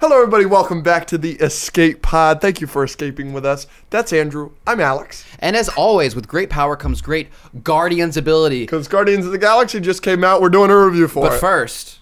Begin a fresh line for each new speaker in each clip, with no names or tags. Hello, everybody. Welcome back to the Escape Pod. Thank you for escaping with us. That's Andrew. I'm Alex.
And as always, with great power comes great Guardian's ability.
Because Guardians of the Galaxy just came out. We're doing a review for
But
it.
first,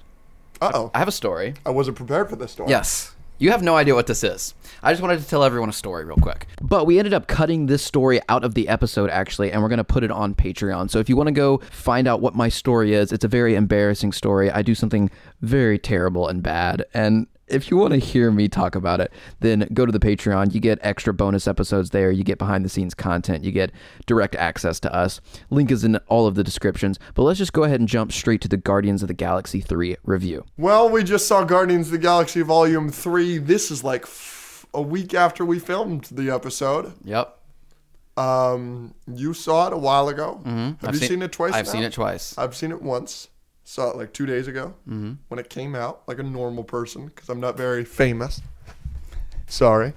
Uh oh.
I have a story.
I wasn't prepared for this story.
Yes. You have no idea what this is. I just wanted to tell everyone a story real quick. But we ended up cutting this story out of the episode, actually, and we're going to put it on Patreon. So if you want to go find out what my story is, it's a very embarrassing story. I do something very terrible and bad. And if you want to hear me talk about it, then go to the Patreon. You get extra bonus episodes there. You get behind the scenes content. You get direct access to us. Link is in all of the descriptions. But let's just go ahead and jump straight to the Guardians of the Galaxy 3 review.
Well, we just saw Guardians of the Galaxy Volume 3. This is like f- a week after we filmed the episode.
Yep.
Um, you saw it a while ago. Have you seen, it twice?
Mm-hmm. I've
now?
seen it twice.
I've seen it once. Saw it like two days ago
Mm-hmm.
when it came out, like a normal person, because I'm not very famous. Sorry.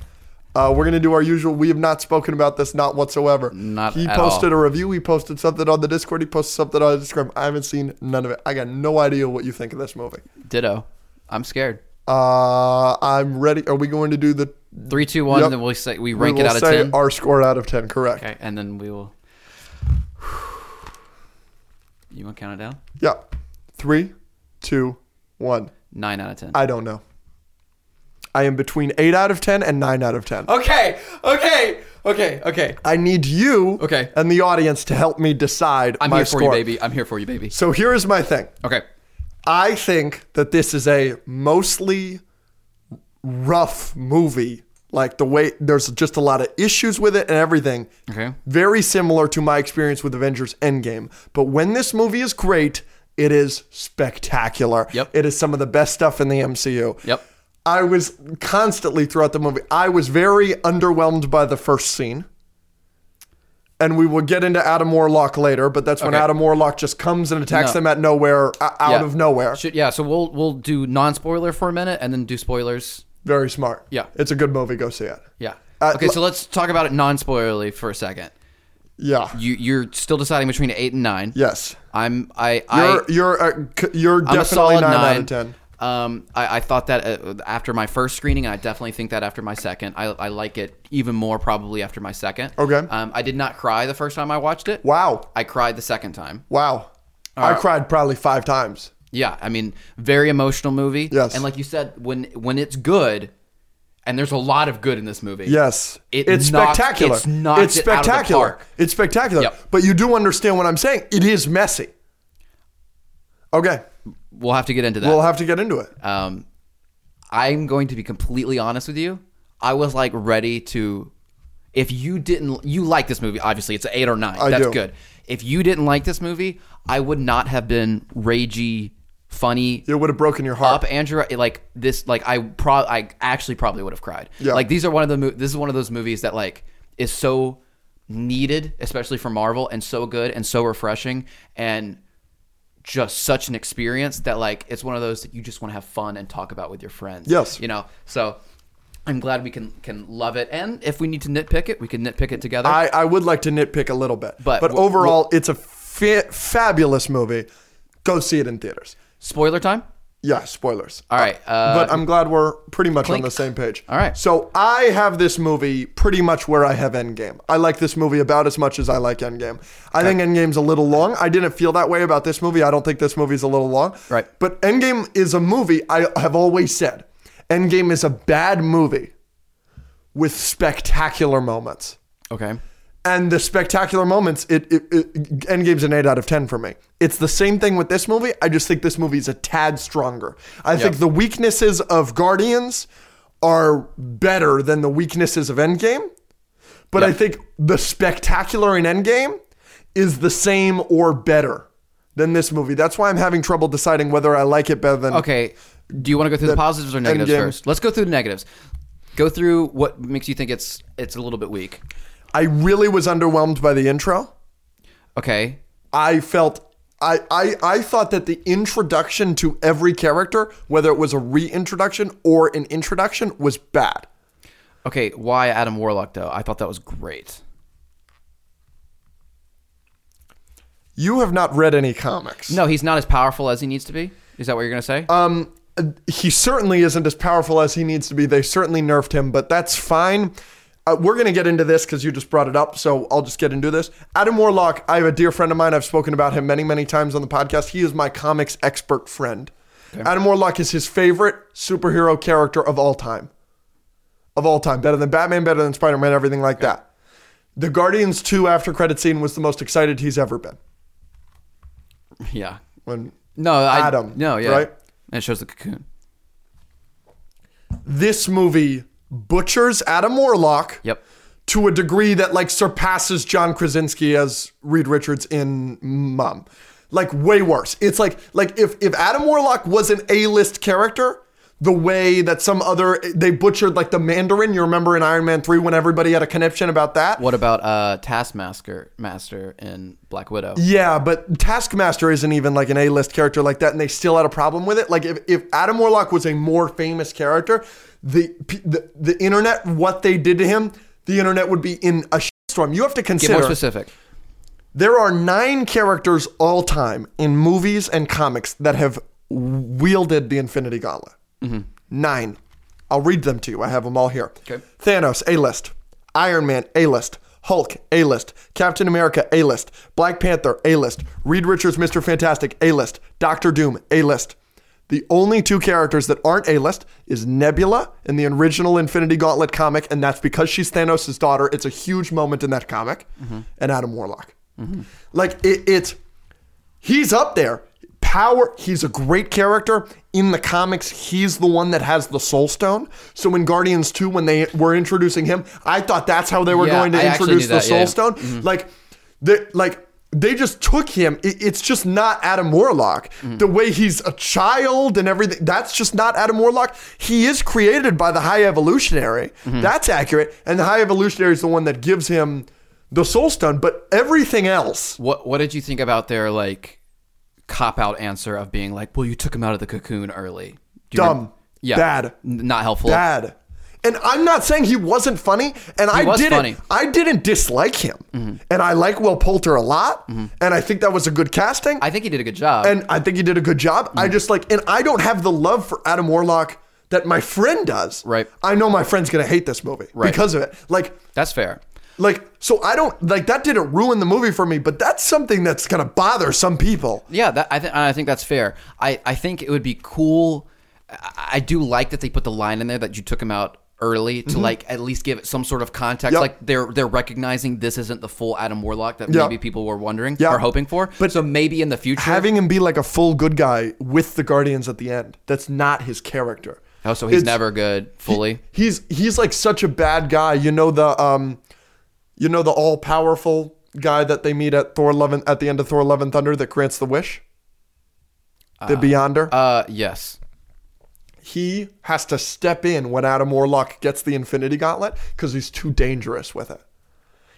Uh, we're gonna do our usual. We have not spoken about this, not whatsoever.
Not
He
at
posted a review. He posted something on the Discord. He posted something on the Instagram. I haven't seen none of it. I got no idea what you think of this movie.
Ditto. I'm scared.
Uh, I'm ready. Are we going to do the?
Three, two, one.
Yep.
Then we say
we
we rank it
will
out of
say
ten.
Our score out of ten. Correct.
okay, and then we will. You want to count it down?
Yeah. Three, two, one.
Nine out of ten.
I don't know. I am between eight out of ten and nine out of ten.
okay, okay, okay, okay.
I need you
Okay.
and the audience to help me decide
I'm
my
here
score.
for you, baby. I'm here for you, baby.
So here is my thing.
Okay.
I think that this is a mostly rough movie. Like the way there's just a lot of issues with it and everything.
Okay.
Very similar to my experience with Avengers Endgame. But when this movie is great, it is spectacular.
Yep.
It is some of the best stuff in the MCU.
Yep.
I was constantly throughout the movie. I was very underwhelmed by the first scene. And we will get into Adam Warlock later, but that's when
Okay.
Adam Warlock just comes and attacks
No.
them at nowhere, uh, out
Yeah.
of nowhere.
Should, yeah. So we'll we'll do non-spoiler for a minute, and then do spoilers.
Very smart.
Yeah.
It's a good movie. Go see it.
Yeah.
Uh,
okay.
l-
so let's talk about it non-spoilerly for a second.
Yeah.
You you're still deciding between eight and nine.
Yes.
I'm I I
You're you're uh, c- you're
I'm a
definitely
solid
nine,
nine,
out of ten.
Um, I, I thought that uh, after my first screening, and I definitely think that after my second, I, I like it even more probably after my second.
Okay.
Um, I did not cry the first time I watched it.
Wow.
I cried the second time.
Wow. I cried probably five times.
Yeah, I mean, very emotional movie.
Yes.
And like you said, when when it's good, and there's a lot of good in this movie.
Yes.
It
it's
knocked-
spectacular.
it's knocked it out of the
spectacular.
park.
It's spectacular.
Yep.
But you do understand what I'm saying. It is messy. Okay.
We'll have to get into that.
We'll have to get into it.
um, I'm going to be completely honest with you. I was like ready to. If you didn't, you like this movie. Obviously, it's an eight or nine.
I
That's
do.
good. If you didn't like this movie, I would not have been ragey, funny,
It would have broken your heart.
up Andrew it, like this like I pro I actually probably would have cried.
Yeah.
Like these are one of the mo- this is one of those movies that like is so needed especially for Marvel and so good and so refreshing and just such an experience that like it's one of those that you just want to have fun and talk about with your friends.
Yes.
You know. So I'm glad we can can love it and if we need to nitpick it, we can nitpick it together.
I, I would like to nitpick a little bit.
But w-
overall, it's a fa- fabulous movie. Go see it in theaters.
Spoiler time?
Yeah, spoilers.
All right. Uh,
but I'm glad we're pretty much on
Clink.
the same page.
All right.
So I have this movie pretty much where I have Endgame. I like this movie about as much as I like Endgame. I think Endgame's a little long. I didn't feel that way about this movie. I don't think this movie's a little long.
Right.
But Endgame is a movie I have always said Endgame is a bad movie with spectacular moments.
okay.
And the spectacular moments, it, it, it Endgame's an eight out of ten for me. It's the same thing with this movie. I just think this movie's a tad stronger. I think the weaknesses of Guardians are better than the weaknesses of Endgame, but I think the spectacular in Endgame is the same or better than this movie. That's why I'm having trouble deciding whether I like it better than.
Okay. Do you want to go through the, positives or negatives
Endgame.
first? Let's go through the negatives. Go through what makes you think it's it's a little bit weak.
I really was underwhelmed by the intro.
Okay.
I felt I, I I thought that the introduction to every character, whether it was a reintroduction or an introduction, was bad.
Okay, why Adam Warlock though? I thought that was great.
You have not read any comics.
No, he's not as powerful as he needs to be. Is that what you're going to say?
Um uh, he certainly isn't as powerful as he needs to be. They certainly nerfed him, but that's fine. Uh, we're going to get into this because you just brought it up, so I'll just get into this. Adam Warlock, I have a dear friend of mine. I've spoken about him many, many times on the podcast. He is my comics expert friend. Adam Warlock is his favorite superhero character of all time. Of all time. Better than Batman, better than Spider Man, everything like that. The Guardians 2 after credit scene was the most excited he's ever been.
Yeah.
When
No, I,
Adam,
No, yeah.
right?
And it shows the cocoon.
this movie butchers Adam Warlock
Yep.
to a degree that like surpasses John Krasinski as Reed Richards in Mom. Like way worse. It's like like if if Adam Warlock was an A-list character, the way that some other they butchered like the Mandarin, you remember in Iron Man 3 when everybody had a conniption about that?
What about uh, Taskmaster Master in Black Widow?
Yeah, but Taskmaster isn't even like an A-list character like that, and they still had a problem with it. Like if, if Adam Warlock was a more famous character, the, p- the the internet, what they did to him, the internet would be in a storm. You have to
Get more
consider
specific.
there are nine characters all time in movies and comics that have wielded the Infinity Gauntlet. Nine. I'll read them to you. I have them all here.
Mm-hmm. Okay.
Thanos, A list. Iron Man, A list. Hulk, A list. Captain America, A list. Black Panther, A list. Reed Richards, Mr. Fantastic, A list. Doctor Doom, A list. The only two characters that aren't A list is Nebula in the original Infinity Gauntlet comic, and that's because she's Thanos' daughter. It's a huge moment in that comic, and Adam Warlock. Like, it, it's. He's up there. Power, he's a great character. In the comics, he's the one that has the Soul Stone. So in Guardians 2, when they were introducing him, I thought that's how they were
Yeah,
going to
I actually
introduce the
knew that,
Soul
yeah. Mm-hmm.
Stone. Like, they, like, they just took him. It- it's just not Adam Warlock.
Mm-hmm.
The way he's a child and everything, that's just not Adam Warlock. He is created by the High Evolutionary.
Mm-hmm.
That's accurate. And the High Evolutionary is the one that gives him the Soul Stone. But everything else
What What did you think about their like cop out answer of being like, "Well, you took him out of the cocoon early." Do you
Dumb.
rem- yeah.
Bad.
N- not helpful.
bad. And I'm not saying he wasn't funny, and I
was
didn't.
funny. Mm-hmm.
I didn't dislike him, and I like Will Poulter a lot, and I think that was a good casting,
I Mm-hmm. think he did a good job.
and I think he did a good job. I just like, and I don't have the love for Adam Warlock that my friend does.
Right.
I know my friend's gonna hate this movie
Right.
because of it. Like,
That's fair.
like so I don't like that didn't ruin the movie for me, but that's something that's gonna bother some people.
Yeah, that, I think I think that's fair. I, I think it would be cool. I, I do like that they put the line in there that you took him out early to like at least give it some sort of context.
Yep.
Like they're they're recognizing this isn't the full Adam Warlock that
Yep.
maybe people were wondering
Yep.
or hoping for. But so maybe in the future,
Having him be like a full good guy with the Guardians at the end, that's not his character.
oh, so he's
It's-
never good fully.
he's he's like such a bad guy. You know the um, you know the all powerful guy that they meet at Thor eleven at the end of Thor Love and Thunder that grants the wish. The Beyonder.
uh, yes.
he has to step in when Adam Warlock gets the Infinity Gauntlet because he's too dangerous with it.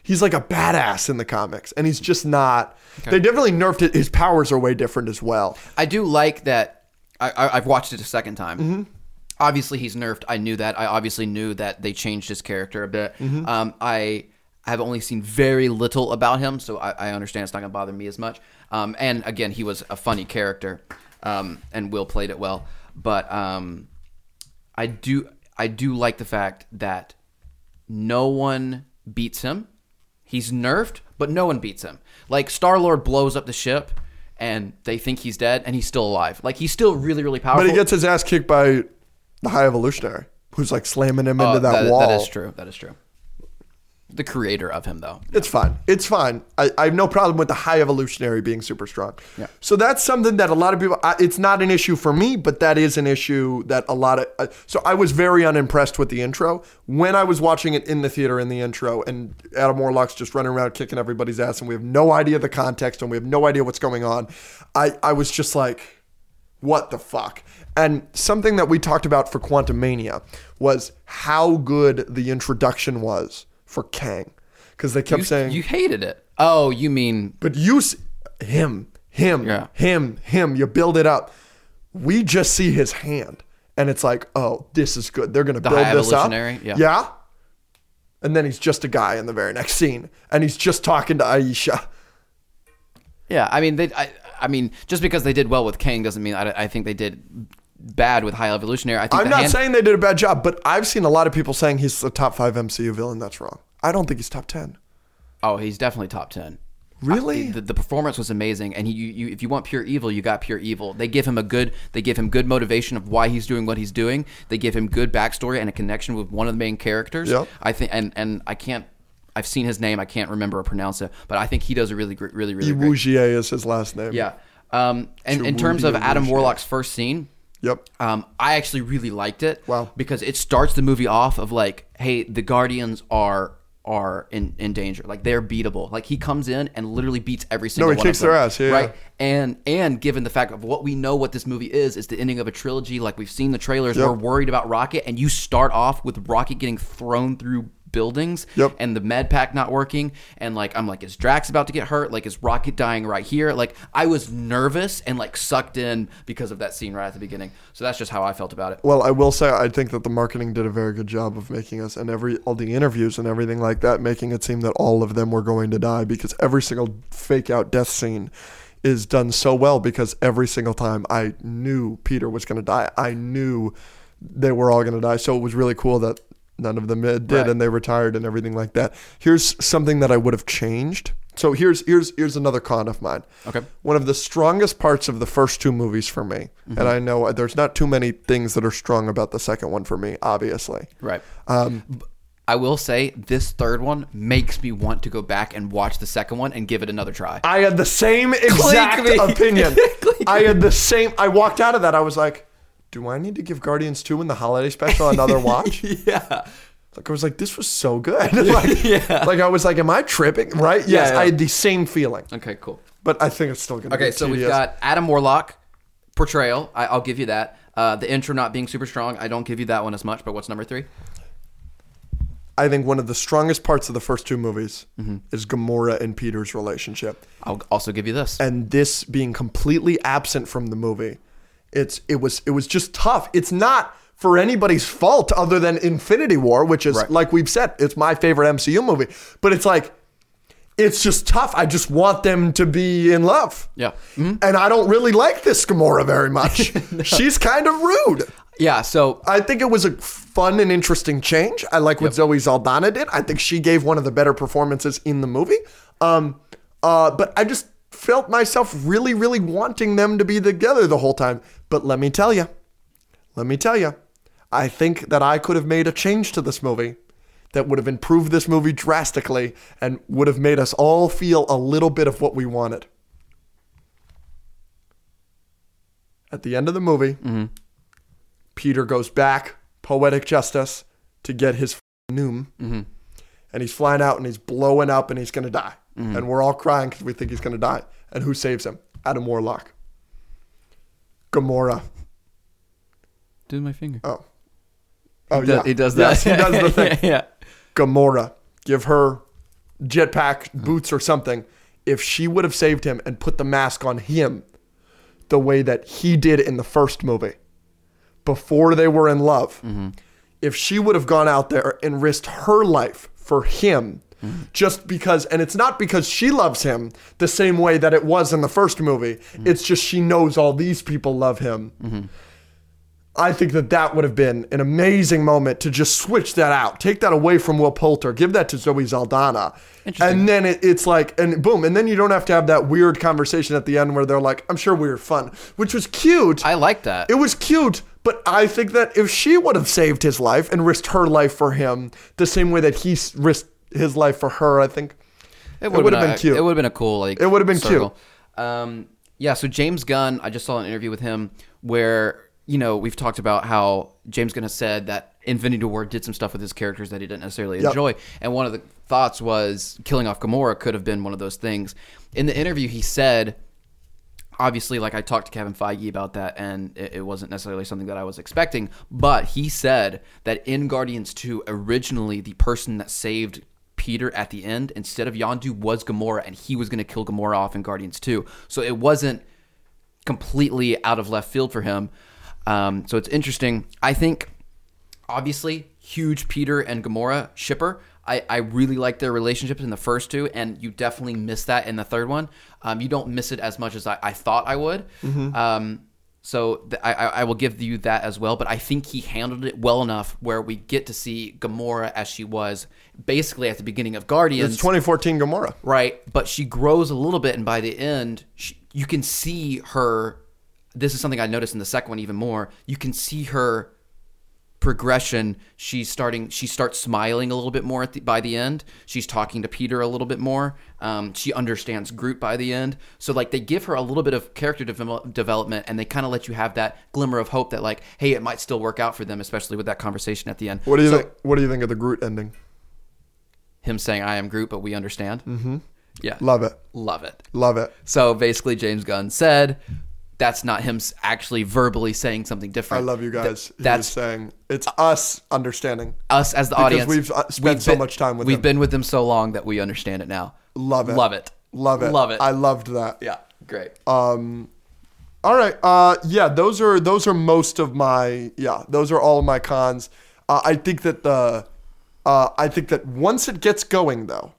He's like a badass in the comics, and he's just not. They definitely nerfed it. His powers are way different as well.
I do like that. I, I, I've watched it a second time. Obviously, he's nerfed. I knew that. I obviously knew that they changed his character a bit. Um, I have only seen very little about him, so I, I understand it's not going to bother me as much. Um, and again, he was a funny character, um, and Will played it well. But um, I do, I do like the fact that no one beats him. He's nerfed, but no one beats him. Like Star Lord blows up the ship, and they think he's dead, and he's still alive. Like he's still really, really powerful.
But he gets his ass kicked by the High Evolutionary, who's like slamming him into
Uh,
that,
that-
wall.
That is true. That is true. The creator of him, though.
It's fine. It's fine. I, I have no problem with the high evolutionary being super strong.
Yeah.
So that's something that a lot of people. I, it's not an issue for me, but that is an issue that a lot of. Uh, so I was very unimpressed with the intro when I was watching it in the theater in the intro, and Adam Warlock's just running around kicking everybody's ass, and we have no idea the context, and we have no idea what's going on. I I was just like what the fuck? And something that we talked about for Quantum Mania was how good the introduction was for Kang. Because they kept
You,
saying,
you hated it. Oh, you mean
but you, s- him, him,
Yeah.
him, him, you build it up. We just see his hand. And it's like, oh, this is good. They're going to build
high
this up.
evolutionary? Yeah.
yeah. And then he's just a guy in the very next scene. And he's just talking to Aisha.
Yeah, I mean, they, I, I mean, just because they did well with Kang doesn't mean I, I think they did bad with High Evolutionary. I think
I'm
the
not
hand-
saying they did a bad job, but I've seen a lot of people saying he's the top five MCU villain. That's wrong. I don't think he's top ten.
Oh, he's definitely top ten.
Really?
I- the, the performance was amazing, and he, you, you, if you want pure evil, you got pure evil. They give him a good, they give him good motivation of why he's doing what he's doing. They give him good backstory and a connection with one of the main characters.
Yep.
I think, and and I can't, I've seen his name, I can't remember or pronounce it, but I think he does a really, gr- really, really great.
Iwujier is his last name.
Yeah. Um, and in terms of
Chiwetel
Adam
Ejiofor.
Warlock's first scene,
Yep.
um, I actually really liked it.
Wow.
Because it starts the movie off of like, hey, the Guardians are are in, in danger. Like they're beatable. Like he comes in and literally beats every single
he
one
kicks
of them.
their ass, yeah, yeah.
Right. And and given the fact of what we know what this movie is, it's the ending of a trilogy. Like we've seen the trailers, we're worried about Rocket, and you start off with Rocket getting thrown through buildings
Yep.
and the med pack not working and like I'm like is Drax about to get hurt like is Rocket dying right here like I was nervous and like sucked in because of that scene right at the beginning so that's just how I felt about it
Well, I will say I think that the marketing did a very good job of making us and every all the interviews and everything like that, making it seem that all of them were going to die because every single fake out death scene is done so well because every single time I knew Peter was going to die. I knew they were all going to die. So it was really cool that none of them uh, did
Right.
and they retired and everything like that. Here's something that I would have changed. So here's here's here's another con of mine
Okay.
one of the strongest parts of the first two movies for me,
Mm-hmm.
and I know there's not too many things that are strong about the second one for me, obviously.
right B- Um, I will say this third one makes me want to go back and watch the second one and give it another try
I had the same exact
me.
opinion. I had the same. I walked out of that. I was like, "Do I need to give Guardians Two in the holiday special another watch?"
yeah
like I was like, "This was so good." like, like I was like, "Am I tripping?" Right? Yes,
yeah.
I had the same feeling,
okay cool
but I think it's still gonna.
Okay,
be
so we've
tedious.
got Adam Warlock portrayal. I, I'll give you that. Uh, the intro not being super strong. I don't give you that one as much. But what's number three?
I think one of the strongest parts of the first two movies
Mm-hmm.
is Gamora and Peter's relationship.
I'll also give you this.
and this being completely absent from the movie it's it was it was just tough it's not for anybody's fault other than infinity war which is like we've said it's my favorite mcu movie but it's like it's just tough i just want them to be in love
Yeah.
and i don't really like this gamora very much she's kind of rude
Yeah. So
I think it was a fun and interesting change. I like what Zoe Zaldana did. I think she gave one of the better performances in the movie. Um, uh, but I just felt myself really, really wanting them to be together the whole time. But let me tell you, let me tell you, I think that I could have made a change to this movie that would have improved this movie drastically and would have made us all feel a little bit of what we wanted. At the end of the movie, Peter goes back, poetic justice, to get his f***ing noom.
Mm-hmm.
And he's flying out and he's blowing up and he's going to die.
Mm-hmm.
And we're all crying because we think he's going to die. And who saves him? Adam Warlock. Gamora.
do my finger.
Oh. Oh,
he,
yeah.
does, he does that.
Yes, he does the thing.
yeah, yeah.
Gamora, give her jetpack boots or something. If she would have saved him and put the mask on him the way that he did in the first movie, before they were in love, if she would have gone out there and risked her life for him, just because, and it's not because she loves him the same way that it was in the first movie, it's just she knows all these people love him. I think that that would have been an amazing moment to just switch that out, take that away from Will Poulter, give that to Zoe Zaldana, and then it, it's like, and boom, and then you don't have to have that weird conversation at the end where they're like, "I'm sure we were fun," which was cute.
I like that.
it was cute, but I think that if she would have saved his life and risked her life for him the same way that he s- risked his life for her, I think it
would've
would have
a-
been cute.
It would have been a cool like.
It would've been
cute. Um, yeah. So James Gunn, I just saw an interview with him where you know we've talked about how James Gunn has said that Infinity War did some stuff with his characters that he didn't necessarily enjoy, and one of the thoughts was killing off Gamora could have been one of those things. In the interview, he said obviously like i talked to kevin feige about that and it, it wasn't necessarily something that i was expecting but he said that in guardians 2 originally the person that saved peter at the end instead of yondu was gamora and he was going to kill gamora off in guardians 2 so it wasn't completely out of left field for him um, so it's interesting i think obviously huge peter and gamora shipper I, I really like their relationships in the first two, and you definitely miss that in the third one. Um, you don't miss it as much as I, I thought I would. Um, So th- I, I I will give you that as well. But I think he handled it well enough where we get to see Gamora as she was basically at the beginning of Guardians.
It's 2014 Gamora.
right? But she grows a little bit, and by the end, she, you can see her. This is something I noticed in the second one even more. You can see her progression. She's starting. She starts smiling a little bit more at the, by the end. She's talking to Peter a little bit more. Um, she understands Groot by the end. So like they give her a little bit of character devel- development, and they kind of let you have that glimmer of hope that like, hey, it might still work out for them, especially with that conversation at the end.
What do you
So-
think? What do you think of the Groot ending?
Him saying, "I am Groot," but we understand. Mm-hmm. Yeah,
Love it.
love it.
Love it.
So basically, James Gunn said that's not him s- actually verbally saying something different.
I love you guys. He was
that's-
saying it's us understanding.
Us as the audience,
we've, uh, spent so
been-
much time with
We've
him.
been with them so long that we understand it now.
Love it.
Love it.
Love it.
Love it.
I Uh, loved that.
yeah, great.
All right. Uh, yeah, those are those are most of my yeah. Those are all of my cons. Uh, I think that the uh, I think that once it gets going though,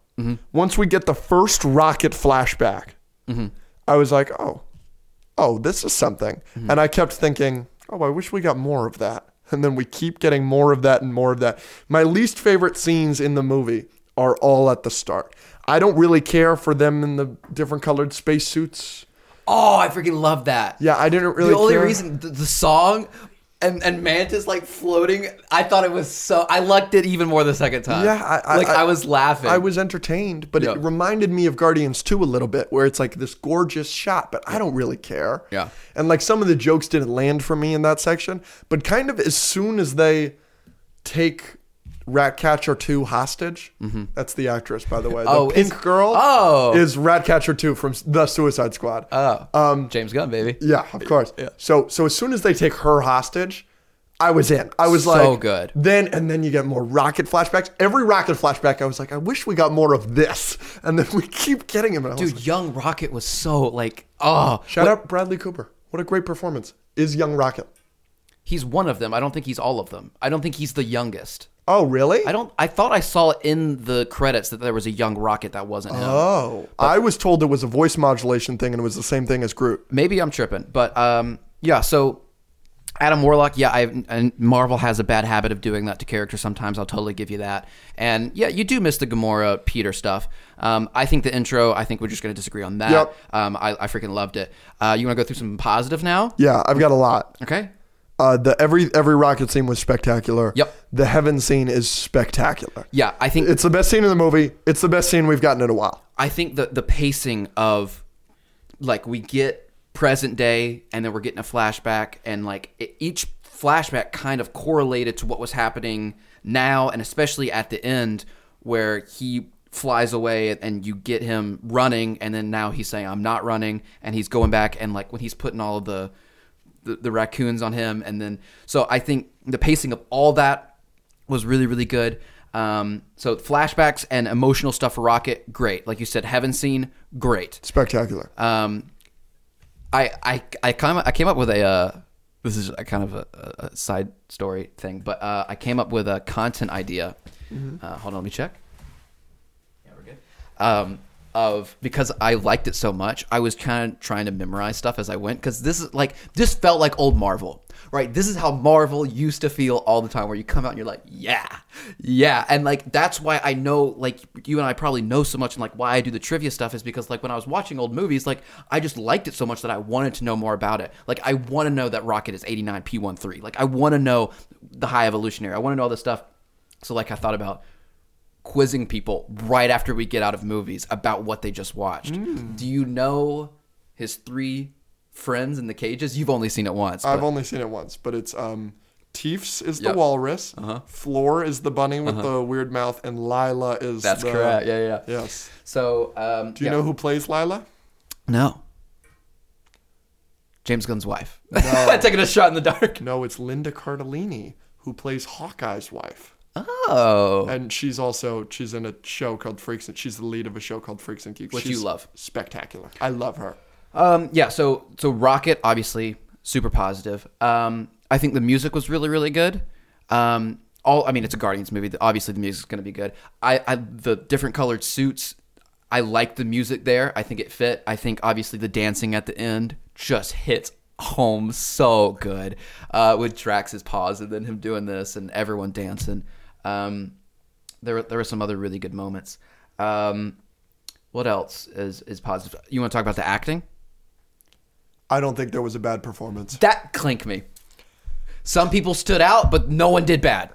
once we get the first rocket flashback, I was like, oh, oh, this is something, and I kept thinking, oh, I wish we got more of that. And then we keep getting more of that and more of that. My least favorite scenes in the movie are all at the start. I don't really care for them in the different colored spacesuits.
oh, I freaking love that.
Yeah, I didn't really.
the only
care.
reason the, the song and and Mantis like floating, I thought it was so. I liked it even more the second time.
Yeah, I, I,
like I, was laughing.
I was entertained, but
Yeah.
it reminded me of Guardians 2 a little bit, where it's like this gorgeous shot, but I don't really care.
Yeah.
And like some of the jokes didn't land for me in that section, but kind of as soon as they take Ratcatcher 2 hostage, that's the actress, by the way. The
Mm-hmm. Oh, it's-
pink girl
Oh.
is Ratcatcher 2 from s- The Suicide Squad.
oh, James Gunn, baby.
um, Yeah, of course. So so as soon as they take her hostage, I was in. I was
So
like,
good.
Then and then you get more rocket flashbacks. Every rocket flashback, I was like, I wish we got more of this. And then we keep getting him. And I was
Dude,
like,
Young Rocket was so like, oh,
shout out Bradley Cooper. What a great performance is Young Rocket.
He's one of them. I don't think he's all of them. I don't think he's the youngest.
Oh really?
I don't. I thought I saw in the credits that there was a young Rocket that wasn't him.
oh, I was told it was a voice modulation thing, and it was the same thing as Groot.
Maybe I'm tripping, but um, yeah. So Adam Warlock, yeah, I and Marvel has a bad habit of doing that to characters. Sometimes I'll totally give you that. And yeah, you do miss the Gamora Peter stuff. Um, I think the intro. I think we're just going to disagree on that.
Yep.
Um, I, I freaking loved it. Uh, you want to go through some positive now?
Yeah, I've got a lot.
Okay.
Uh, the every every rocket scene was spectacular.
Yep.
The heaven scene is spectacular.
Yeah, I think
It's the best scene in the movie. It's the best scene we've gotten in a while.
I think the the pacing of like we get present day and then we're getting a flashback and like it, each flashback kind of correlated to what was happening now and especially at the end where he flies away and you get him running and then now he's saying I'm not running and he's going back and like when he's putting all of the the, the raccoons on him and then so I think the pacing of all that was really really good. Um, so flashbacks and emotional stuff for Rocket, great. Like you said, Heaven Scene, great.
Spectacular.
Um, I I I kind of I came up with a uh, this is a kind of a, a- a side story thing, but uh, I came up with a content idea. Uh, hold on, let me check. Yeah, we're good. Um, of because I liked it so much, I was kind of trying to memorize stuff as I went because this is like this felt like old Marvel, right? This is how Marvel used to feel all the time, where you come out and you're like, yeah, yeah, and like that's why I know like you and I probably know so much and like why I do the trivia stuff is because like when I was watching old movies, like I just liked it so much that I wanted to know more about it. Like I want to know that Rocket is 89 P13. Like I want to know the High Evolutionary. I want to know all this stuff. So like I thought about quizzing people right after we get out of movies about what they just watched.
Hmm.
Do you know his three friends in the cages? You've only seen it once.
I've
but-
only seen it once, but it's um Teefs is the
Yep. Uh-huh.
walrus, Floor is the bunny with the weird mouth, and Lila is
that's
the,
correct. Yeah, yeah. yeah.
Yes.
So, um,
Do you know who plays Lila?
No. James Gunn's wife. No. Taking a shot in the dark.
No, it's Linda Cardellini who plays Hawkeye's wife,
Oh.
and she's also she's in a show called Freaks and she's the lead of a show called Freaks and Geeks,
Which
She's
you love.
Spectacular. I love her.
Um, yeah, so so Rocket obviously super positive. Um, I think the music was really really good. Um, all I mean, it's a Guardians movie. Obviously, the music's going to be good. I, I the different colored suits. I like the music there. I think it fit. I think obviously the dancing at the end just hits home so good uh, with Drax's paws and then him doing this and everyone dancing. Um, there, were- there were some other really good moments. Um, what else is, is positive? You want to talk about the acting?
I don't think there was a bad performance.
That clink me. Some people stood out, but no one did bad.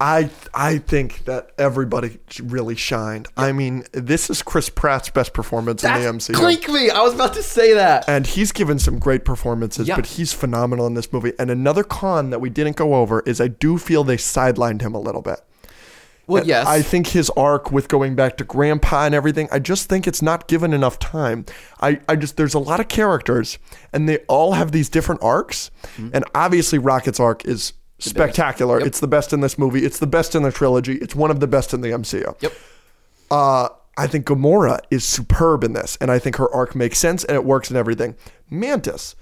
I I think that everybody really shined. I mean, this is Chris Pratt's best performance
That
in the MCU.
clink me. I was about to say that.
And he's given some great performances,
Yeah.
but he's phenomenal in this movie. And another con that we didn't go over is I do feel they sidelined him a little bit.
Well, yes.
I think his arc with going back to grandpa and everything, I just think it's not given enough time. I, I just, there's a lot of characters and they all have these different arcs.
Mm-hmm.
And obviously, Rocket's arc is spectacular. It's the best in this movie, it's the best in the trilogy, it's one of the best in the MCU.
Yep.
Uh, I think Gamora is superb in this, and I think her arc makes sense and it works and everything. Mantis,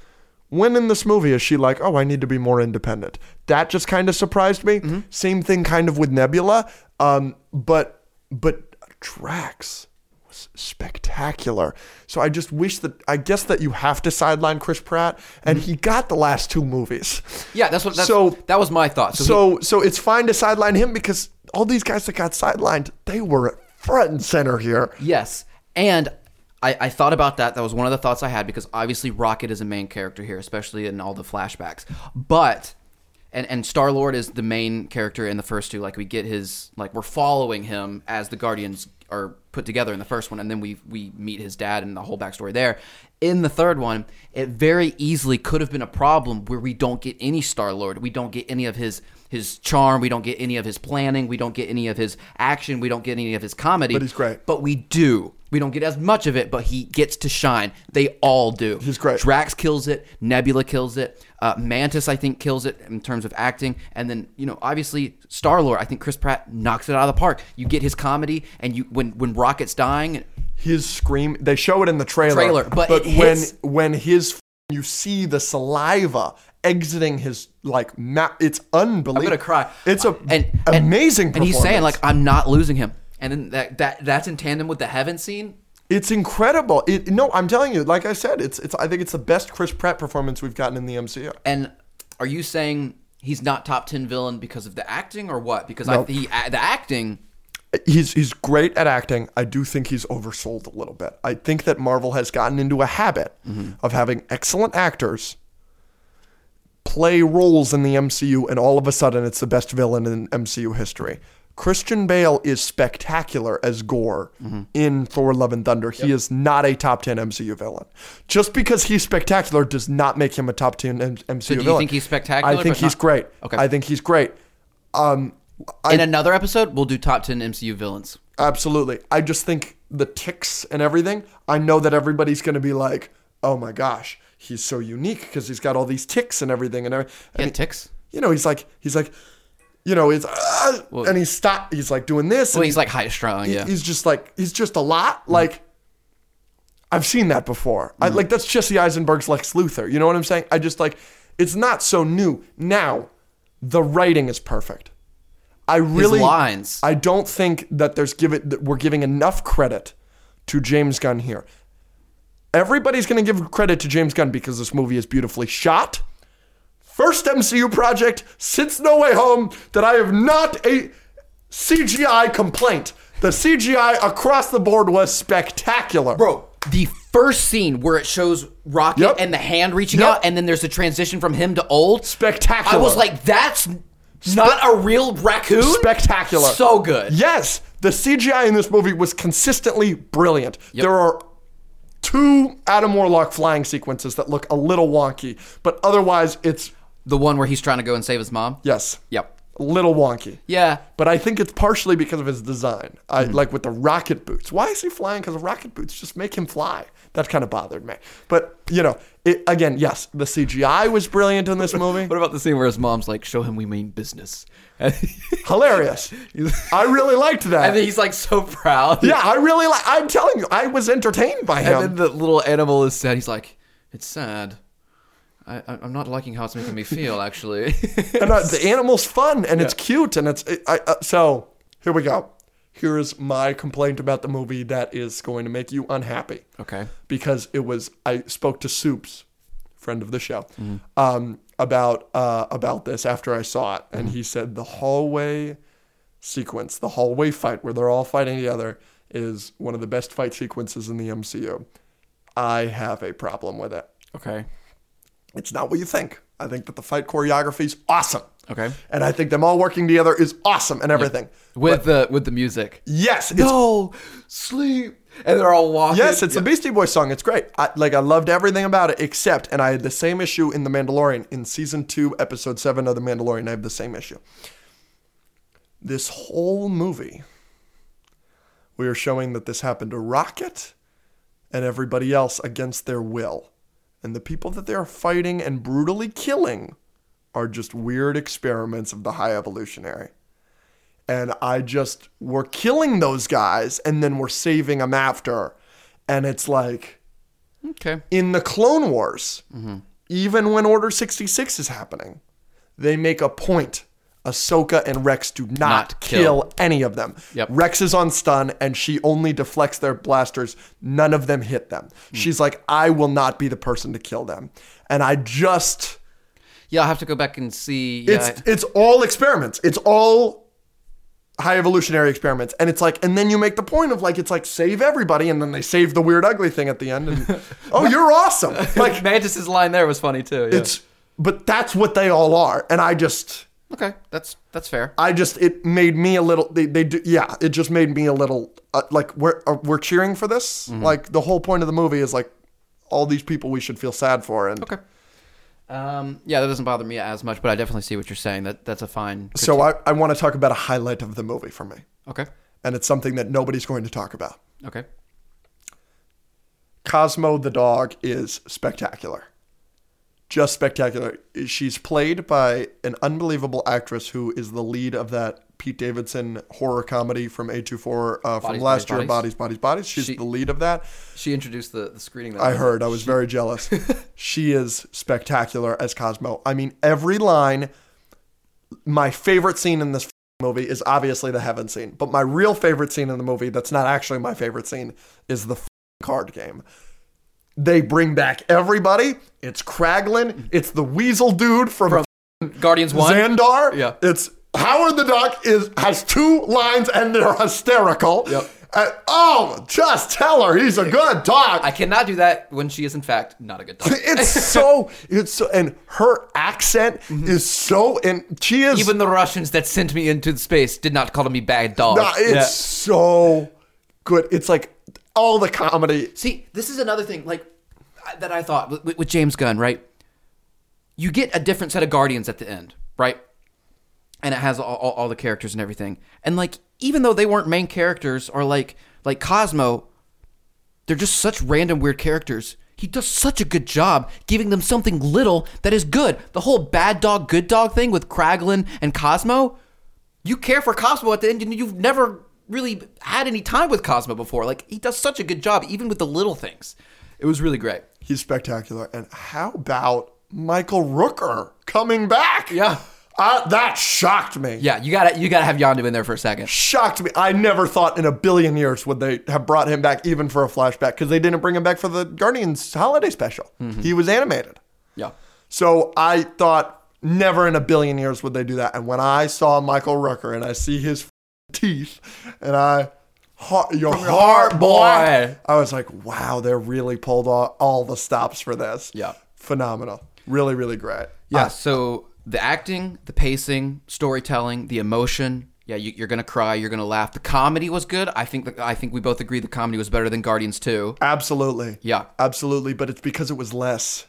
when in this movie is she like, oh, I need to be more independent? That just kind of surprised me.
Mm-hmm.
Same thing kind of with Nebula, um, but but Drax was spectacular. So I just wish that I guess that you have to sideline Chris Pratt, and he got the last two movies.
Mm-hmm. yeah, that's what. That's,
So-
that was my thought. So, he-
So so it's fine to sideline him because all these guys that got sidelined, they were front and center here.
Yes. And I, I thought about that. That was one of the thoughts I had because obviously Rocket is a main character here, especially in all the flashbacks. But and, and Star Lord is the main character in the first two. Like we get his like we're following him as the Guardians are put together in the first one, and then we we meet his dad and the whole backstory there. In the third one, it very easily could have been a problem where we don't get any Star Lord. We don't get any of his his charm. We don't get any of his planning. We don't get any of his action. We don't get any of his comedy. But
he's great.
but we do. We don't get as much of it, but he gets to shine. They all do.
He's great.
Drax kills it. Nebula kills it. Uh, Mantis, I think, kills it in terms of acting. And then, you know, obviously Star Lord. I think Chris Pratt knocks it out of the park. You get his comedy, and you when when Rocket's dying,
his scream they show it in the trailer,
Trailer, but it
when
hits-
when his f- you see the saliva exiting his like mouth it's unbelievable
I'm gonna cry.
it's a
and
amazing
And, and he's saying like,
performance.
I'm not losing him. And then that that that's in tandem with the heaven scene.
it's incredible it, no i'm telling you like i said it's it's i think it's the best chris pratt performance we've gotten in the mcu
And are you saying he's not top ten villain because of the acting or what? Because I,
No.
he, the acting.
he's he's great at acting. I do think he's oversold a little bit. I think that Marvel has gotten into a habit
Mm-hmm.
of having excellent actors play roles in the MCU, and all of a sudden, it's the best villain in MCU history. Christian Bale is spectacular as Gore
Mm-hmm.
in Thor: Love and Thunder. He is not a top ten MCU villain. Just because he's spectacular does not make him a top ten M- MCU
do you
villain.
think he's spectacular,
I think
but
he's
not-
great.
Okay.
I think he's great. Um, I,
in another episode, we'll do top 10 MCU villains.
Absolutely. I just think the ticks and everything, I know that everybody's going to be like, oh my gosh, he's so unique because he's got all these ticks and everything. And, every,
Yeah,
and he-
ticks.
you know, he's like, he's like, you know, he's, "Ah," and he's stop, he's like doing this.
Well,
and
he's like high strung,
he-
yeah. Mm-hmm.
he's just like, he's just a lot. Like, I've seen that before. I, like, that's Jesse Eisenberg's Lex Luthor. You know what I'm saying? I just like, it's not so new. Now, the writing is perfect. I really
lines.
I don't think that there's give it that we're giving enough credit to James Gunn here. Everybody's going to give credit to James Gunn because this movie is beautifully shot. First MCU project since No Way Home that I have not a CGI complaint. The CGI across the board was spectacular.
Bro, the first scene where it shows Rocket
Yep.
and the hand reaching
Yep.
out, and then there's the transition from him to old.
Spectacular.
I was like, that's not a real raccoon?
Spectacular.
So good.
Yes, the CGI in this movie was consistently brilliant. There are two Adam Warlock flying sequences that look a little wonky, but otherwise it's
The one where he's trying to go and save his mom?
yes,
Yep.
a little wonky.
Yeah.
But I think it's partially because of his design. I
Hmm.
like with the rocket boots. Why is he flying? Because rocket boots just make him fly. That kind of bothered me. But you know, it, again, yes, the CGI was brilliant in this movie.
What about the scene where his mom's like, show him we mean business? And,
Hilarious. I really liked that.
then he's like so proud.
yeah, I really like. I'm telling you, I was entertained by him.
And then the little animal is sad. He's like, it's sad. I, I- I'm not liking how it's making me feel, actually.
and uh, the animal's fun and it's cute and it's it, I, uh, so here we go here is my complaint about the movie that is going to make you unhappy
okay.
because it was i spoke to soups friend of the show, um, about uh, about this after I saw it, and he said the hallway sequence, the hallway fight where they're all fighting together, is one of the best fight sequences in the MCU. I have a problem with it.
Okay.
It's not what you think. I think that the fight choreography is awesome.
Okay.
And I think them all working together is awesome and everything.
With the with the music.
Yes, it's
No, sleep, and they're all walking.
Yes, it's a Beastie Boys song. It's great. I, like I loved everything about it except, and I had the same issue in The Mandalorian in season two, episode seven of The Mandalorian. I have the same issue. This whole movie, we are showing that this happened to Rocket and everybody else against their will, and the people that they are fighting and brutally killing are just weird experiments of the High Evolutionary and I just we're killing those guys and then we're saving them after. And it's like
okay.
in the Clone Wars,
Mm-hmm.
even when Order 66 is happening, they make a point. Ahsoka and Rex do not,
Not
kill.
kill.
any of them.
Yep.
Rex is on stun and she only deflects their blasters. None of them hit them.
Hmm.
She's like, I will not be the person to kill them. And I just
Yeah, I'll have to go back and see. Yeah,
it's it's all experiments. It's all high evolutionary experiments. And it's like, and then you make the point of like, it's like save everybody, and then they save the weird ugly thing at the end. And oh, you're awesome. Like
like Mantis's line there was funny too. Yeah.
it's, but that's what they all are. And I just,
okay. That's that's fair.
I just, it made me a little. They, they do, yeah. It just made me a little uh, like we're uh, we're cheering for this.
Mm-hmm.
Like the whole point of the movie is like all these people we should feel sad for. And
Okay. Um, yeah, that doesn't bother me as much, but I definitely see what you're saying. That that's a fine.
so I, I want to talk about a highlight of the movie for me,
Okay.
and it's something that nobody's going to talk about.
Okay.
Cosmo the dog is spectacular. Just spectacular. She's played by an unbelievable actress who is the lead of that Pete Davidson horror comedy from A24 uh, from
Bodies,
last
Bodies,
year, Bodies,
Bodies.
Bodies, Bodies. She's
She-
the lead of that.
She introduced the, the screening. That
I heard. I was very jealous. she is spectacular as Cosmo. I mean, every line. My favorite scene in this f- movie is obviously the heaven scene, but my real favorite scene in the movie, that's not actually my favorite scene, is the f- card game. They bring back everybody. It's Kraglin. It's the Weasel dude from,
Guardians one.
Xandar.
Yeah.
It's Howard the Duck is has two lines and they're hysterical.
Yep.
And, oh, just tell her he's a good dog.
I cannot do that when she is in fact not a good dog.
It's so it's so, and her accent is so and she is
Mm-hmm. Even the Russians that sent me into space did not call me bad dog.
Nah, it's so good. It's like all the comedy.
See, this is another thing, like I- that I thought with, with James Gunn, right? You get a different set of Guardians at the end, right? And it has all, all, all the characters and everything. And like, even though they weren't main characters, or like like Cosmo, they're just such random weird characters. He does such a good job giving them something little that is good. The whole bad dog, good dog thing with Kraglin and Cosmo, you care for Cosmo at the end, and you've never really had any time with Cosmo before. Like he does such a good job, even with the little things. It was really great.
He's spectacular. And how about Michael Rooker coming back?
Yeah.
Uh, that shocked me.
Yeah, you gotta you gotta have Yondu in there for a second.
Shocked me. I never thought in a billion years would they have brought him back even for a flashback because they didn't bring him back for the Guardians holiday special.
Mm-hmm.
He was animated.
Yeah.
So I thought never in a billion years would they do that. And when I saw Michael Rucker and I see his f- teeth and I, heart, your, heart,
heart,
boy,
boy.
I was like, wow, they're really pulled all, all the stops for this.
Yeah.
Phenomenal. Really, really great.
Yeah. so the acting, the pacing, storytelling, the emotion. Yeah, you, you're gonna cry, you're gonna laugh. The comedy was good. I think the, I think we both agree the comedy was better than Guardians Two.
Absolutely.
Yeah.
Absolutely. But it's because it was less.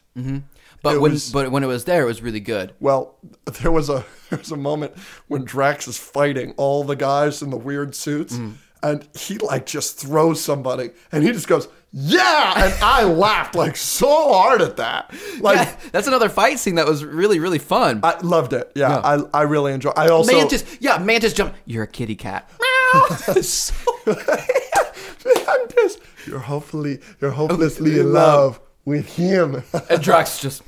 But when
was-
but when it was there, it was really good.
Well, there was a there was a moment when Drax is fighting all the guys in the weird suits, and he like just throws somebody, and he just goes, "Yeah!" And I laughed like so hard at that. Like
That's another fight scene that was really really fun.
I loved it. Yeah, I I really enjoy. I also
Mantis, yeah, Mantis jumped. You're a kitty cat. Meow. So-
I'm pissed. You're hopefully you're hopelessly in love with him.
and Drax just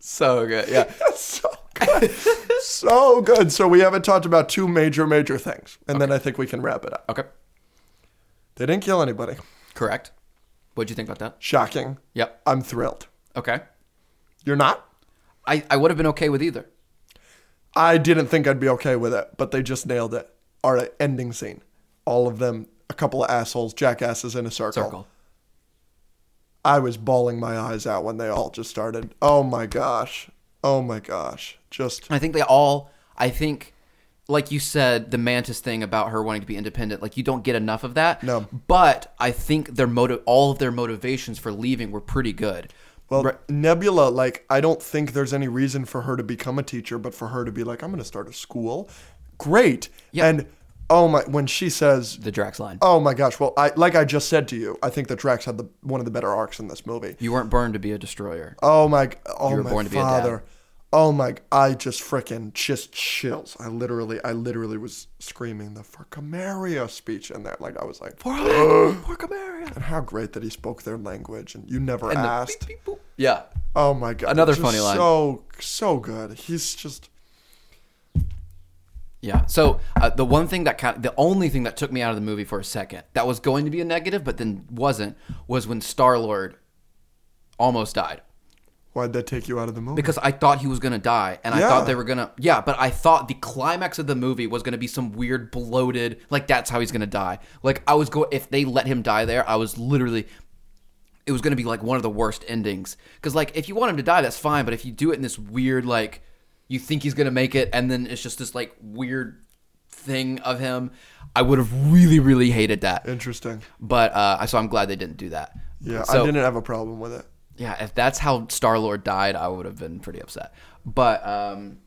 so good. Yeah,
so good, so good. So we haven't talked about two major major things, and then I think we can wrap it up.
Okay.
They didn't kill anybody.
Correct. What'd you think about that?
Shocking.
Yep.
I'm thrilled.
Okay.
You're not?
I, I would have been okay with either.
I didn't think I'd be okay with it, but they just nailed it. Our ending scene. All of them, a couple of assholes, jackasses in a circle.
Circle.
I was bawling my eyes out when they all just started. Oh my gosh. Oh my gosh. Just
I think they all. I think, like you said, the Mantis thing about her wanting to be independent. Like you don't get enough of that.
No.
But I think their motive, all of their motivations for leaving were pretty good.
well,
Re-
Nebula. Like, I don't think there's any reason for her to become a teacher, but for her to be like, I'm going to start a school. Great.
Yeah.
And oh my, when she says,
the Drax line.
"Oh my gosh," well, I like I just said to you, I think that Drax had the one of the better arcs in this movie.
You weren't born to be a destroyer.
Oh my! Oh
were
my
born to be a dad.
father! Oh my! I just freaking just chills. I literally, I literally was screaming the "For Camaria" speech in there. Like I was like, and how great that he spoke their language, and you never
And the
asked.
beep, beep, boop. Yeah.
Oh my god!
Another
just
funny line.
So so good. He's just
Yeah. So uh, the one thing that kind the only thing that took me out of the movie for a second that was going to be a negative, but then wasn't, was when Star Lord almost died.
why'd that take you out of the movie?
because I thought he was gonna die, and I
Yeah.
thought they were gonna yeah, but I thought the climax of the movie was gonna be some weird bloated like that's how he's gonna die. Like I was go if they let him die there, I was literally it was gonna be like one of the worst endings because like if you want him to die, that's fine, but if you do it in this weird like you think he's gonna make it, and then it's just this like weird thing of him, I would have really really hated that.
Interesting.
But uh, so I'm glad they didn't do that.
Yeah,
so,
I didn't have a problem with it.
yeah, if that's how Star Lord died, I would have been pretty upset. But um,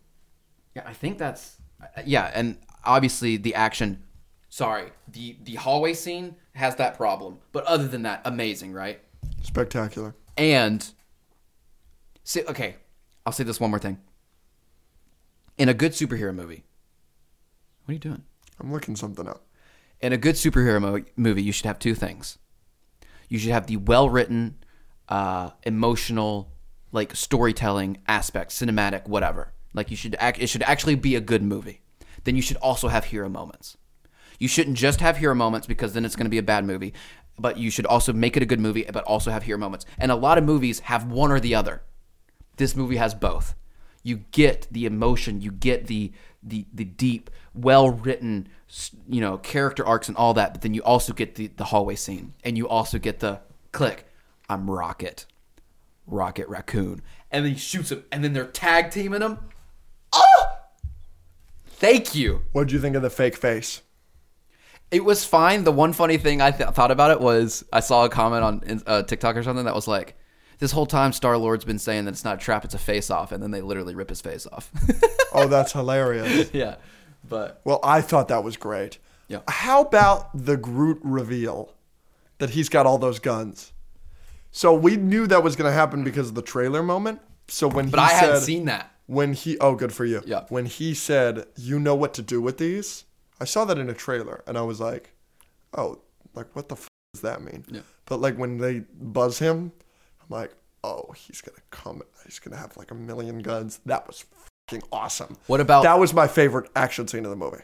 yeah, I think that's yeah, and obviously the action. Sorry, the the hallway scene has that problem, but other than that, amazing, right?
Spectacular.
And see, okay, I'll say this one more thing. In a good superhero movie, what are you doing?
I'm looking something up.
in a good superhero mo- movie, you should have two things. You should have the well written, uh, emotional, like storytelling aspect, cinematic, whatever. Like you should act, it should actually be a good movie. Then you should also have hero moments. You shouldn't just have hero moments because then it's going to be a bad movie. But you should also make it a good movie, but also have hero moments. And a lot of movies have one or the other this movie has both you get the emotion you get the the, the deep well written you know character arcs and all that but then you also get the, the hallway scene and you also get the click i'm rocket rocket raccoon and then he shoots him and then they're tag teaming him oh thank you
What would you think of the fake face?
it was fine. The one funny thing I th- thought about it was I saw a comment on in- uh, TikTok or something that was like, "This whole time Star Lord's been saying that it's not a trap, it's a face off," and then they literally rip his face off.
Oh, that's hilarious.
yeah, but
Well, I thought that was great.
Yeah.
How about the Groot reveal that he's got all those guns? So we knew that was going to happen because of the trailer moment. So when
but
he
I
said,
hadn't seen that.
when he oh good for you
Yeah.
when he said you know what to do with these I saw that in a trailer and I was like oh like what the f- does that mean
Yeah.
but like when they buzz him I'm like oh he's gonna come he's gonna have like a million guns that was fucking awesome
What about
that was my favorite action scene of the movie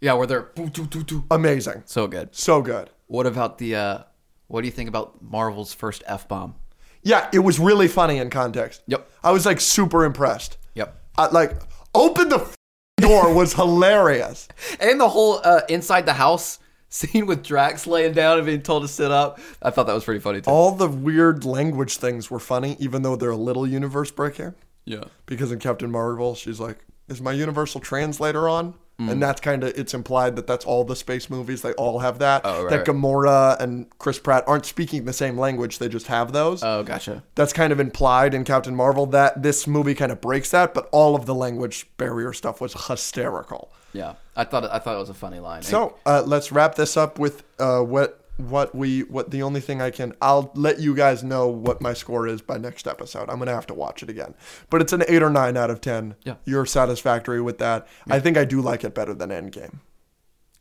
yeah, where they're boo, doo, doo, doo.
amazing
so good.
so good.
What about the? uh What do you think about Marvel's first f bomb?
Yeah, it was really funny in context.
Yep.
I was like super impressed.
Yep.
I, like, open the f- door was hilarious.
And the whole uh, inside the house scene with Drax laying down and being told to sit up. I thought that was pretty funny too.
All the weird language things were funny, even though they're a little universe breaker.
Yeah.
Because in Captain Marvel, she's like, "Is my universal translator on?"
Mm.
And that's kind of it's implied that that's all the space movies. They all have that.
Oh, right,
that
right.
Gamora and Chris Pratt aren't speaking the same language. They just have those.
Oh, gotcha.
that's kind of implied in Captain Marvel that this movie kind of breaks that, but all of the language barrier stuff was hysterical.
Yeah, I thought I thought it was a funny line.
So uh, let's wrap this up with uh, what what we what the only thing I can I'll let you guys know what my score is by next episode. I'm gonna have to watch it again, but it's an eight or nine out of ten.
Yeah.
you're satisfactory with that. I think I do like it better than Endgame.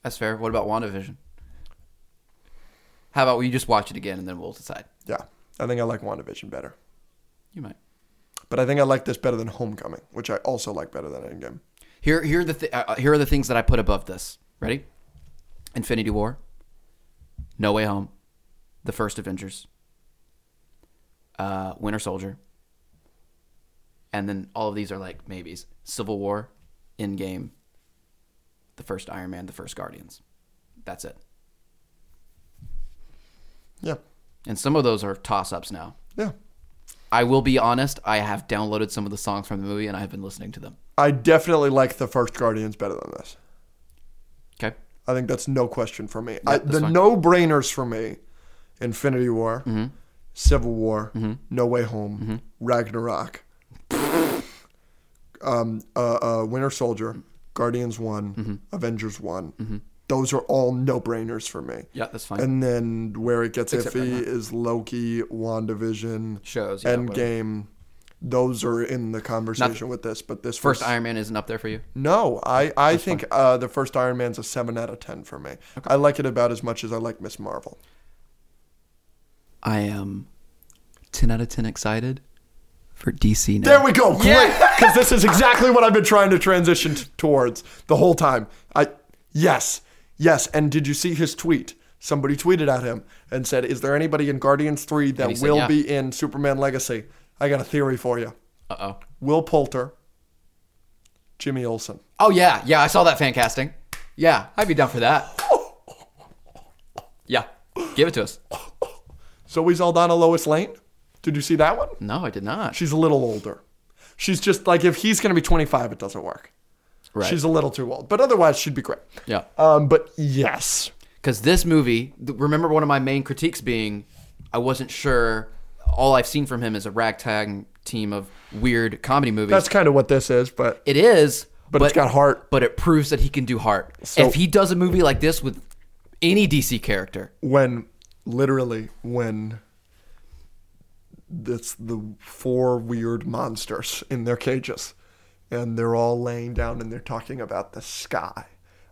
That's fair. What about WandaVision? How about we just watch it again and then we'll decide?
Yeah, I think I like WandaVision better,
You might.
but I think I like this better than Homecoming, which I also like better than Endgame.
Here, here are the th- uh, here are the things that I put above this. Ready? Infinity War, No Way Home, The First Avengers, uh, Winter Soldier, and then all of these are like maybes. Civil War, Endgame, the first Iron Man, the first Guardians. That's it.
Yeah.
And some of those are toss ups now.
Yeah.
I will be honest, I have downloaded some of the songs from the movie and I have been listening to them.
I definitely like the first Guardians better than this.
Okay.
I think that's no question for me. I,
that's
the
fine. Mm-hmm.
no brainers for me Infinity War, Civil War, No Way Home, Ragnarok, um, uh, uh, Winter Soldier, Guardians one
Mm-hmm.
Avengers one Those are all no brainers for me.
Yeah, that's fine.
And then where it gets
Except
iffy is Loki, WandaVision,
Shows, yeah, whatever.
Endgame. Those are in the conversation with this, but this
first
was-
Iron Man isn't up there for you.
no, I, I think uh, the first Iron Man's a 7 out of 10 for me. I like it about as much as I like Miss Marvel.
I am 10 out of 10 excited for DC now.
There we go. Great. Because this is exactly what I've been trying to transition t- towards the whole time. I Yes. Yes. And did you see his tweet? Somebody tweeted at him and said, Is there anybody in Guardians 3
he
that
said,
will
"Yeah."
be in Superman Legacy? I got a theory for you
Uh-oh.
Will Poulter, Jimmy Olsen.
Oh yeah, yeah, I saw that fan casting. Yeah, I'd be down for that. Yeah. Give it to us.
Zoe Saldana, Lois Lane. Did you see that one?
No, I did not.
She's a little older. She's just like if he's going to be 25, it doesn't work.
Right.
She's a little too old, but otherwise she'd be great.
Yeah.
Um, but yes,
Because this movie, th- remember one of my main critiques being, I wasn't sure. All I've seen from him is a ragtag team of weird comedy movies.
that's kind of what this is. But
it is,
but, it's got heart.
But it proves that he can do heart.
So-
if he does a movie like this with any DC character,
When literally when it's the four weird monsters in their cages, and they're all laying down and they're talking about the sky.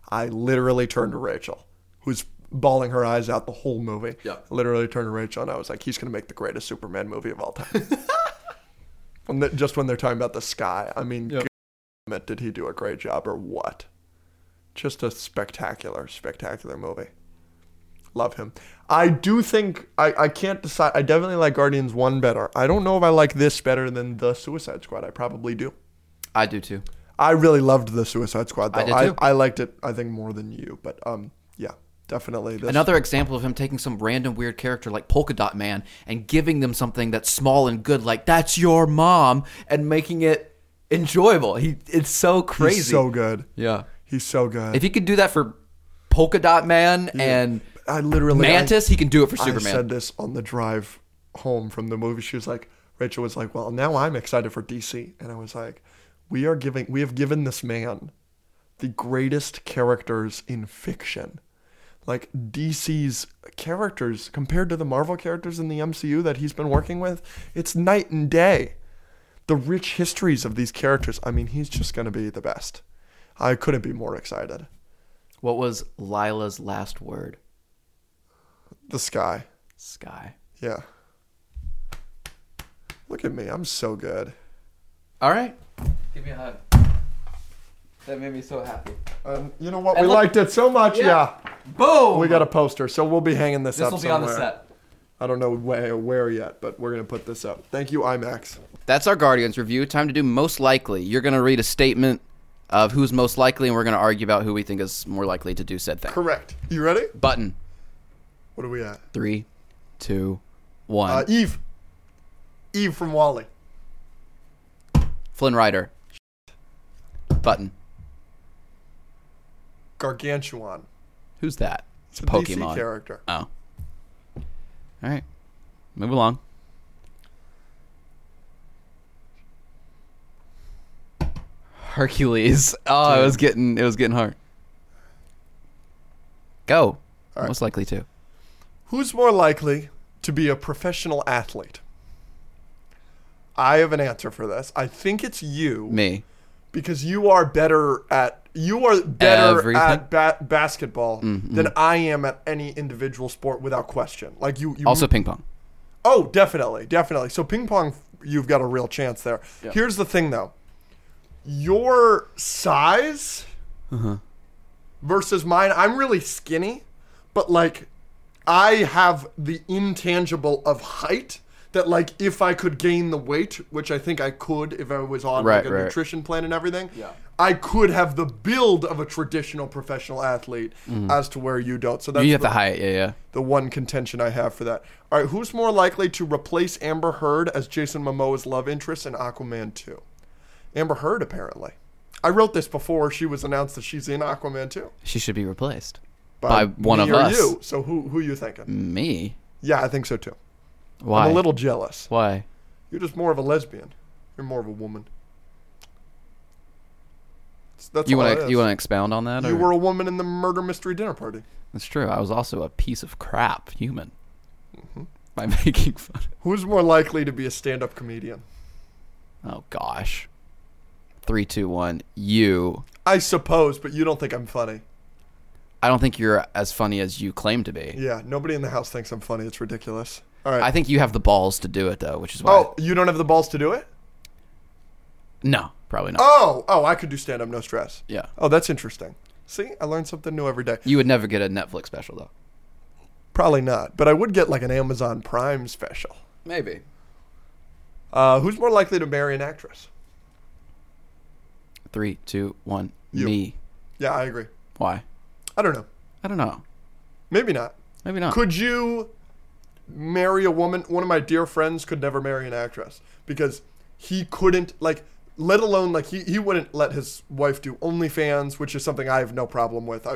I literally turned to Rachel, who's bawling her eyes out the whole movie.
Yeah.
Literally turned to Rachel and I was like, he's gonna make the greatest Superman movie of all time. When they- just when they're talking about the sky, I mean,
Yeah.
God, did he do a great job or what? Just a spectacular, spectacular movie. Love him. I do think I, I can't decide. I definitely like Guardians one better. I don't know if I like this better than the Suicide Squad. I probably do.
I do too.
I really loved the Suicide Squad though.
I did too.
I, liked it. I think more than you, but um, yeah, definitely this.
Another example of him taking some random weird character like Polka Dot Man and giving them something that's small and good, like that's your mom, and making it enjoyable. He, it's so crazy.
He's so good.
Yeah.
He's so good.
If he could do that for Polka Dot Man and
I literally
Mantis, he can do it for
I said
Superman.
this on the drive home from the movie. She was like, Rachel was like, "Well, now I'm excited for DC," and I was like, "We are giving, we have given this man the greatest characters in fiction." Like DC's characters compared to the Marvel characters in the MCU that he's been working with, it's night and day. The rich histories of these characters. I mean, he's just going to be the best. I couldn't be more excited.
What was Lila's last word?
The sky.
Sky.
Yeah. Look at me. I'm so good.
All right. Give me a hug. That made me so happy.
Um, you know what?
And
we
look-
liked it so much. Yeah.
Yeah. Boom.
We got a poster, so we'll be hanging this,
This
up
will be
somewhere.
on the set.
I don't know where, where yet, but we're gonna put this up. Thank you, IMAX.
That's our Guardians review. Time to do most likely. You're going to read a statement of who's most likely, and we're going to argue about who we think is more likely to do said thing.
Correct. You ready?
Button.
What are we at?
Three, two, one.
Uh, Eve. Eve from Wally.
Flynn Rider. Button.
Gargantuan.
Who's that?
It's a DC
Pokemon.
character.
oh. All right. Move along. Hercules. Oh, it was getting it was getting hard. Go.
right.
Most likely to.
Who's more likely to be a professional athlete? I have an answer for this. I think it's you.
Me.
because you are better at you are better
Everything. Mm-hmm.
at ba- basketball than I am at any individual sport without question. Like you, you
Also ping pong.
oh, definitely, definitely. So ping pong, you've got a real chance there. Here's the thing though, your size
Uh-huh.
versus mine. I'm really skinny, but like I have the intangible of height that like if I could gain the weight, which I think I could if I was on
Right,
like a
right.
nutrition plan and everything,
Yeah.
I could have the build of a traditional professional athlete as to where you don't. So that's
Mm-hmm. you have
the,
to hide. Yeah, yeah.
the one contention I have for that. All right, who's more likely to replace Amber Heard as Jason Momoa's love interest in Aquaman 2? Amber Heard apparently. I wrote this before she was announced that she's in Aquaman 2
She should be replaced by, one
me
of
or
us.
You. So who who you thinking?
Me?
Yeah, I think so too.
Why?
I'm a little jealous.
Why?
You're just more of a lesbian. You're more of a woman. That's- That's
You
all
want
it
to
is.
you want to expound on that?
You
or-
were a woman in the murder mystery dinner party.
That's true. I was also a piece of crap human
Mm-hmm.
by making fun.
Who's more likely to be a stand-up comedian?
Oh gosh. Three, two, one. You.
I suppose, but you don't think I'm funny.
I don't think you're as funny as you claim to be.
Yeah, nobody in the house thinks I'm funny. It's ridiculous. All right.
I think you have the balls to do it though, which is why.
oh, you don't have the balls to do it?
No, probably not.
Oh, oh, I could do stand-up, no stress.
Yeah.
Oh, that's interesting. See, I learn something new every day.
You would never get a Netflix special though.
Probably not, but I would get like an Amazon Prime special.
Maybe.
Uh, who's more likely to marry an actress?
Three, two, one.
You.
Me.
Yeah, I agree.
Why?
I don't know.
I don't know.
Maybe not.
Maybe not.
Could you marry a woman? One of my dear friends could never marry an actress because he couldn't like let alone like he, he wouldn't let his wife do OnlyFans, which is something I have no problem with. I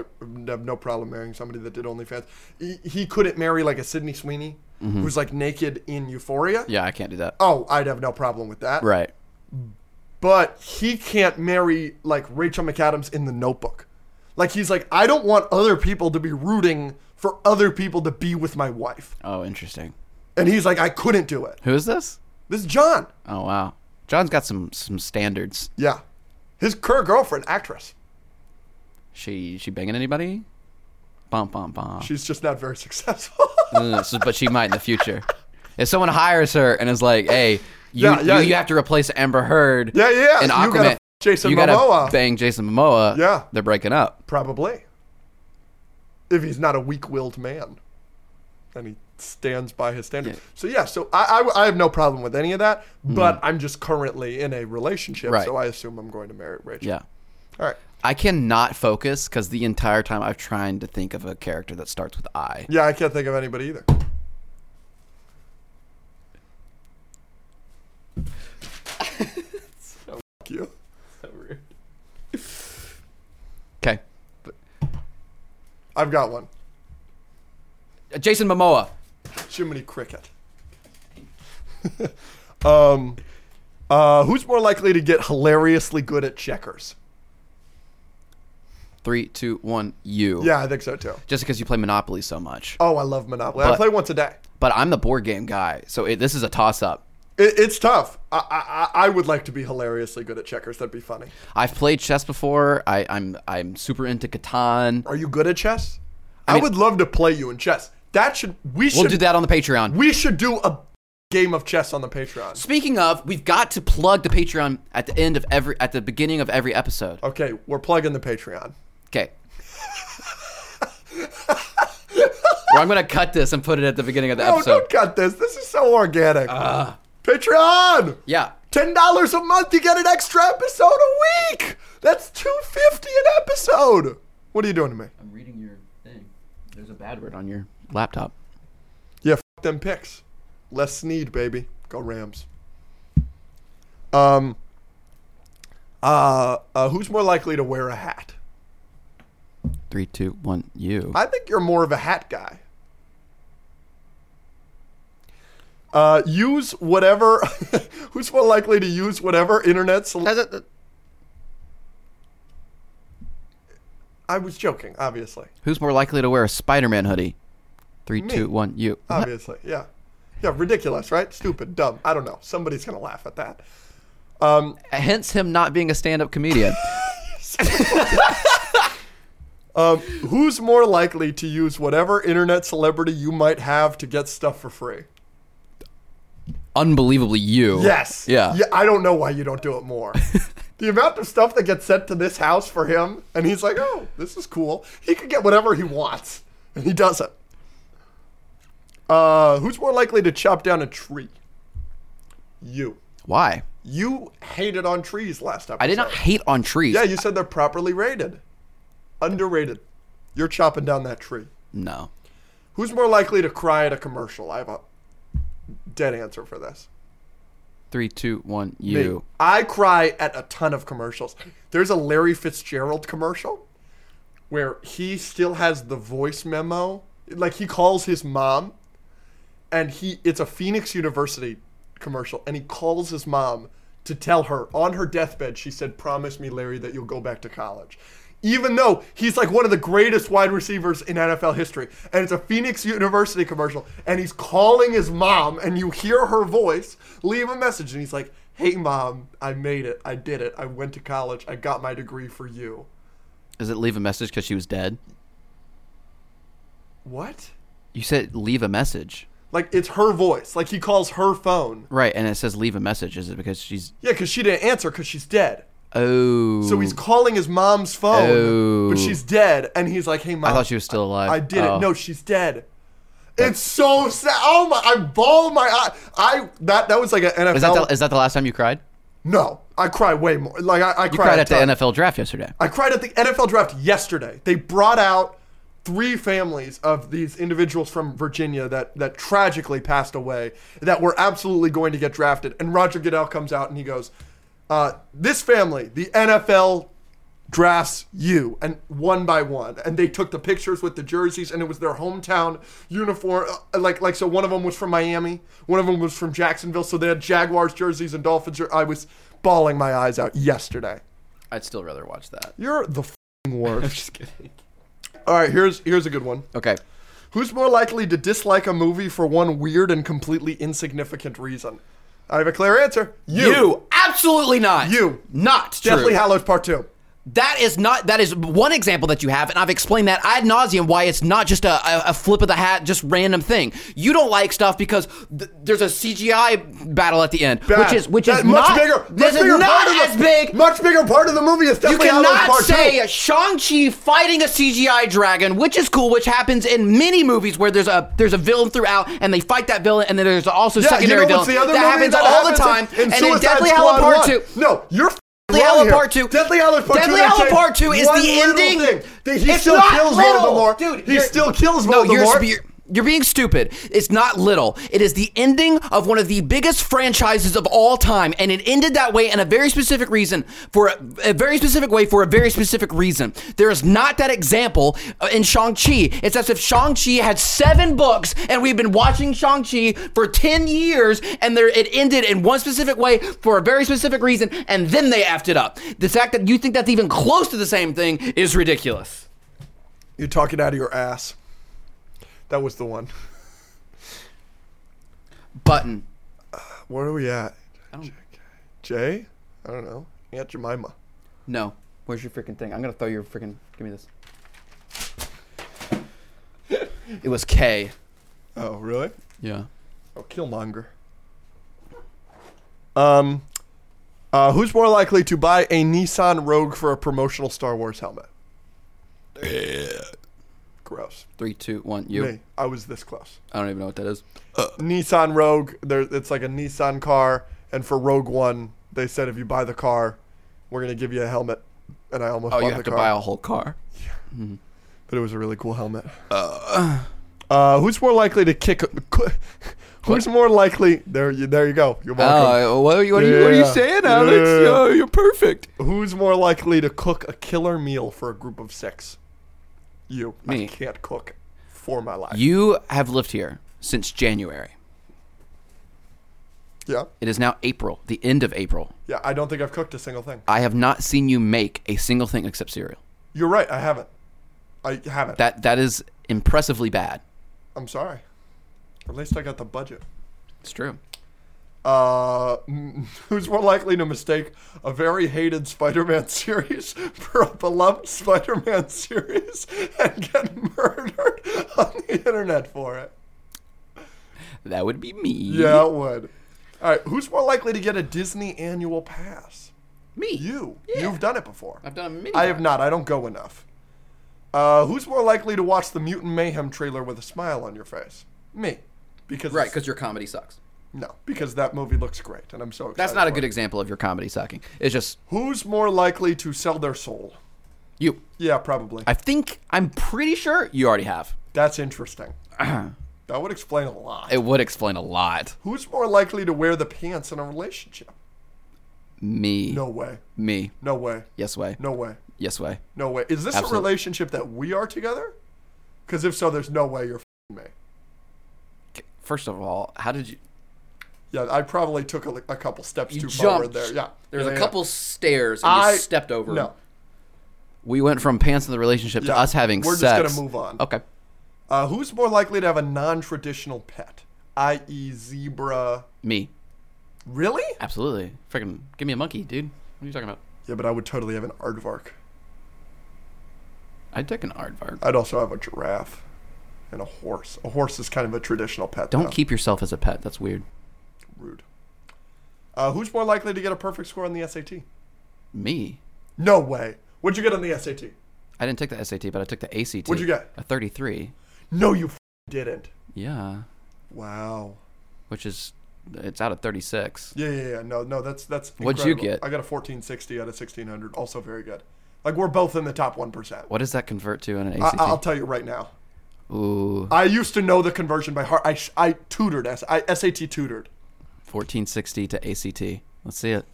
have no problem marrying somebody that did OnlyFans. He, he couldn't marry like a Sydney Sweeney who's like naked in Euphoria.
Mm-hmm. yeah, I can't do that.
Oh, I'd have no problem with that.
Right.
but he can't marry like Rachel McAdams in the notebook. Like he's like, I don't want other people to be rooting for other people to be with my wife.
Oh, interesting.
And he's like, I couldn't do it.
Who is this?
This is John.
Oh wow. John's got some some standards.
Yeah. His current girlfriend, actress.
She she banging anybody? Bum bum bum.
She's just not very successful.
Ugh, Mm, so- but she might in the future. If someone hires her and is like, "Hey, you
Yeah, yeah,
you, you
yeah.
have to replace Amber Heard."
Yeah, yeah,
And
you gotta
Aquaman.
f- Jason
you gotta
Momoa."
bang Jason Momoa.
Yeah.
they're breaking up.
Probably. If he's not a weak willed man. And he stands by his standards. So, yeah, so I, I, I have no problem with any of that, but I'm just currently in a relationship,
Mm. Right.
so I assume I'm going to marry Rachel.
Yeah,
All right.
I cannot focus because the entire time I'm trying to think of a character that starts with I.
Yeah, I can't think of anybody either. Fuck you.
Okay,
I've got one.
Uh, Jason Momoa.
Jiminy Cricket. um, uh, who's more likely to get hilariously good at checkers?
Three, two, one. You.
Yeah, I think so too.
Just because you play Monopoly so much,
Oh, I love Monopoly. I
But-
play once a day.
but I'm the board game guy, so it, this is a toss up.
It, it's tough. I, I I- I would like to be hilariously good at checkers. That'd be funny.
I've played chess before. I, I'm I'm super into Catan.
Are you good at chess? I,
I mean-
would love to play you in chess. That should we should
We'll do that on the Patreon.
We should do a game of chess on the Patreon.
Speaking of, we've got to plug the Patreon at the end of every, at the beginning of every episode.
Okay, we're plugging the Patreon.
Okay. or I'm gonna cut this and put it at the beginning of the
Oh,
episode.
don't cut this. This is so organic. Patreon.
Yeah.
Ten dollars a month, you get an extra episode a week. That's two fifty an episode. What are you doing to me?
I'm reading your thing. There's a bad word on your laptop.
Yeah, f- them picks. Les Snead, baby. Go Rams. Um. Uh, uh, who's more likely to wear a hat?
Three, two, one, you.
I think you're more of a hat guy. Uh, use whatever. who's more likely to use whatever internet? Sol- I was joking, obviously.
Who's more likely to wear a Spider-Man hoodie? Three,
Me.
two, one, you. What?
Obviously, yeah, yeah, ridiculous, right? Stupid, dumb. I don't know. Somebody's gonna laugh at that. Um,
Hence him not being a stand-up comedian.
um, who's more likely to use whatever internet celebrity you might have to get stuff for free?
Unbelievably, you.
Yes.
Yeah.
Yeah. I don't know why you don't do it more. the amount of stuff that gets sent to this house for him, and he's like, "Oh, this is cool. He could get whatever he wants," and he doesn't. Uh, who's more likely to chop down a tree? You.
Why?
You hated on trees last episode.
I did not hate on trees.
Yeah, you said they're properly rated. Underrated. You're chopping down that tree.
No.
Who's more likely to cry at a commercial? I have a dead answer for this.
Three, two, one.
Me.
You.
I cry at a ton of commercials. There's a Larry Fitzgerald commercial where he still has the voice memo. Like he calls his mom and he it's a Phoenix University commercial and he calls his mom to tell her on her deathbed she said promise me Larry that you'll go back to college. Even though he's like one of the greatest wide receivers in NFL history and it's a Phoenix University commercial and he's calling his mom and you hear her voice leave a message and he's like hey mom I made it I did it I went to college I got my degree for you.
Does it leave a message because she was dead?
What?
You said leave a message.
Like it's her voice. Like he calls her phone.
Right, and it says leave a message. Is it because she's
Yeah, because she didn't answer because she's dead.
oh?
So he's calling his mom's phone,
Oh.
but she's dead, and he's like, "Hey, mom,
I thought she was still alive.
I did
Oh.
it. No, she's dead." It's so sad. Oh my! I ball my eye. I that that was like an NFL.
Is that the, is that the last time you cried?
no, I cry way more. Like I, I
You cried
a
at the
ton.
NFL draft yesterday.
I cried at the NFL draft yesterday. They brought out three families of these individuals from Virginia that that tragically passed away that were absolutely going to get drafted. And Roger Goodell comes out and he goes, uh, "This family, the NFL." drafts you and one by one and they took the pictures with the jerseys and it was their hometown uniform uh, like like so one of them was from Miami one of them was from Jacksonville so they had Jaguars jerseys and Dolphins jer- I was bawling my eyes out yesterday
I'd still rather watch that.
you're the fing worst.
Just kidding.
All right, here's here's a good one.
Okay.
Who's more likely to dislike a movie for one weird and completely insignificant reason? I have a clear answer. You.
absolutely not.
You.
not true.
Deathly Hallows Part Two.
That is not. That is one example that you have, and I've explained that ad nauseum why it's not just a, a, a flip of the hat, just random thing. You don't like stuff because th- there's a CGI battle at the end,
Bad.
which is which is
That much
not
bigger. Much
This is
bigger
not
part of the,
as big.
Much bigger part of the movie is
You
Deathly Hallows
cannot
Part
say
Two.
Shang-Chi fighting a CGI dragon, which is cool, which happens in many movies where there's a there's a villain throughout and they fight that villain and then there's also
Yeah,
secondary
you know what's
villain.
the other
that
movie
happens
that
all the time.
happens in,
and
Suicide
in Deathly
Squad
Hallows
1.
Part 2.
No, you're. f-
Deathly
wrong
Hallows
here.
Part 2.
Deathly Hallows Part
Deathly
2.
Hallows
they say
Part 2 is
one
the
little
ending.
Thing. That he
It's
still
not
kills
little.
Voldemort.
Dude,
he
you're-
still kills
No,
Voldemort.
you're, sp- you're, you're being stupid. It's not little. It is the ending of one of the biggest franchises of all time, and it ended that way in a very specific reason for a, a very specific way for a very specific reason. There is not that example uh, in Shang Chi. It's as if Shang Chi had seven books, and we've been watching Shang Chi for ten years, and there it ended in one specific way for a very specific reason, and then they effed it up. The fact that you think that's even close to the same thing is ridiculous.
You're talking out of your ass. That was the one.
Button.
Where are we at? Jay? I don't know. Aunt Jemima.
No. Where's your freaking thing? I'm gonna throw your freaking. Give me this. it was K.
Oh, really?
Yeah.
Oh, Killmonger. Um, uh, who's more likely to buy a Nissan Rogue for a promotional Star Wars helmet? Gross.
Three, two, one. You. Uh.
Me. I was this close.
I don't even know what that is.
Nissan Rogue. There, it's like a Nissan car, and for Rogue One, they said if you buy the car, we're gonna give you a helmet. And I almost
Oh,
bought
you
the
have to
car.
buy a whole car.
but it was a really cool helmet. Uh, who's more likely to kick? Who's more likely? There, you, there you go. You're welcome.
Oh, what are you? What
Yeah, yeah. Yeah.
you're perfect.
who's more likely to cook a killer meal for a group of six? You.
Me.
I can't cook for my life.
You have lived here since January.
yeah.
It is now April, the end of April.
Yeah. I don't think I've cooked a single thing.
I have not seen you make a single thing except cereal.
You're right. I haven't. I haven't.
That that is impressively bad.
I'm sorry. At least I got the budget.
It's true.
Uh, mm, who's more likely to mistake a very hated Spider-Man series for a beloved Spider-Man series and get murdered on the internet for it?
That would be me.
Yeah, it would. All right, who's more likely to get a Disney annual pass?
Me.
You. You've done it before.
I've done it many
I have
times.
not. I don't go enough. Uh, who's more likely to watch the Mutant Mayhem trailer with a smile on your face? Me. Because
Right,
it's-
because your comedy sucks.
No, because that movie looks great, and I'm so excited.
That's not a
for
good
it.
example of your comedy sucking. It's just
Who's more likely to sell their soul?
you.
Yeah, probably.
I think I'm pretty sure you already have.
That's interesting. that would explain a lot.
It would explain a lot.
Who's more likely to wear the pants in a relationship?
Me.
No way.
Me.
No way.
Yes way.
No way.
Yes way.
No way. Is this a
Absolute-
relationship that we are together? Because if so, there's no way you're f***ing me.
First of all, how did you?
Yeah, I probably took a, a couple steps
You
too
jumped.
forward there. Yeah.
There's
Yeah,
a
yeah.
couple stairs and
I
you stepped over.
No.
We went from pants in the relationship to
Yeah.
us having
We're just
sex.
gonna move on.
Okay.
Uh, who's more likely to have a non-traditional pet, i.e., zebra?
Me.
Really?
Absolutely. Freaking give me a monkey, dude. What are you talking about?
Yeah, but I would totally have an aardvark.
I'd take an aardvark.
I'd also have a giraffe and a horse. A horse is kind of a traditional pet.
Don't
though.
keep yourself as a pet. That's weird.
rude. Uh, who's more likely to get a perfect score on the SAT?
Me.
No way. What'd you get on the SAT?
I didn't take the SAT, but I took the ACT.
What'd you get?
A 33.
No, you f- didn't.
Yeah.
Wow.
Which is, it's out of 36.
Yeah, yeah, yeah. No, no, that's that's.
What'd you
incredible.
get?
I got a 1460 out of 1600. Also very good. Like we're both in the top one percent.
What does that convert to in an
I,
ACT?
I'll tell you right now.
Ooh,
I used to know the conversion by heart. I, sh- I tutored S- I SAT tutored.
1460 to ACT. Let's see it.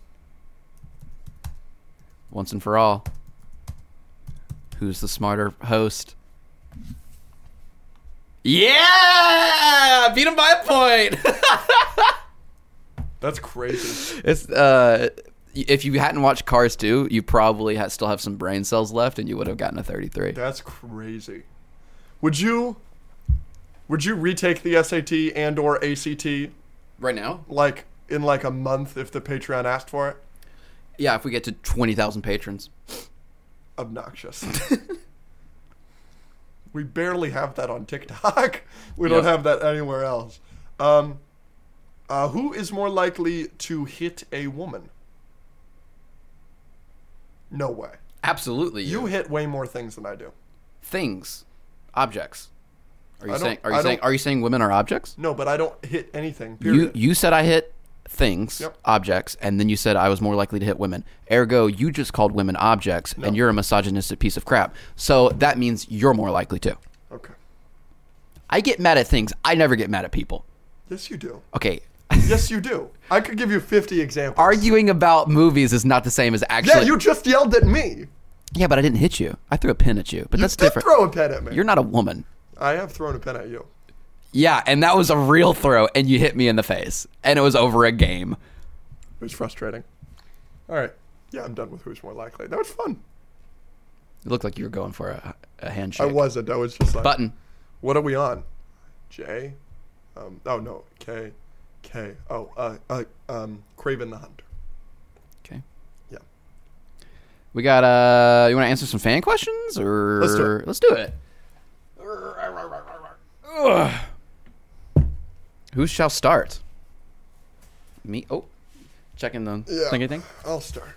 Once and for all. Who's the smarter host? Yeah! Beat him by a point!
That's crazy.
it's, uh, if you hadn't watched Cars 2, you probably ha still have some brain cells left and you would have gotten a 33.
That's crazy. Would you would you retake the SAT and or ACT
Right now?
like in like a month if the Patreon asked for it?
Yeah, if we get to 20,000 patrons.
Obnoxious. we barely have that on TikTok. We don't
Yep.
have that anywhere else. Um, uh, who is more likely to hit a woman? No way.
Absolutely. You,
You hit way more things than I do.
things, objects. Are you
I don't-
saying? Are
I
you
don't-
saying? Are you saying women are objects?
No, but I don't hit anything.
You
Period.
you said I hit things,
Yep.
objects, and then you said I was more likely to hit women. Ergo, you just called women objects, and you're a misogynistic piece of crap. So that means you're more likely to.
okay.
I get mad at things. I never get mad at people.
Yes, you do.
Okay.
Yes, you do. I could give you 50 examples.
Arguing about movies is not the same as actually.
yeah, you just yelled at me.
Yeah, but I didn't hit you. I threw a pin at you, but that's
Did
different.
throw a pen at me.
You're not a woman.
I have thrown a pen at you.
Yeah, and that was a real throw, and you hit me in the face, and it was over a game.
It was frustrating. All right. Yeah, I'm done with who's more likely. That was fun.
It looked like you were going for a, a handshake.
I wasn't. I was just like,
Button.
what are we on? J? Um, oh, no. K. K. Oh, uh, uh, um, Craven the Hunter.
Okay.
Yeah.
We got, uh, you want to answer some fan questions or?
Let's do it.
Let's do it. Ugh. Who shall start? Me? Oh, checking the
Yeah.
thing anything.
I'll start.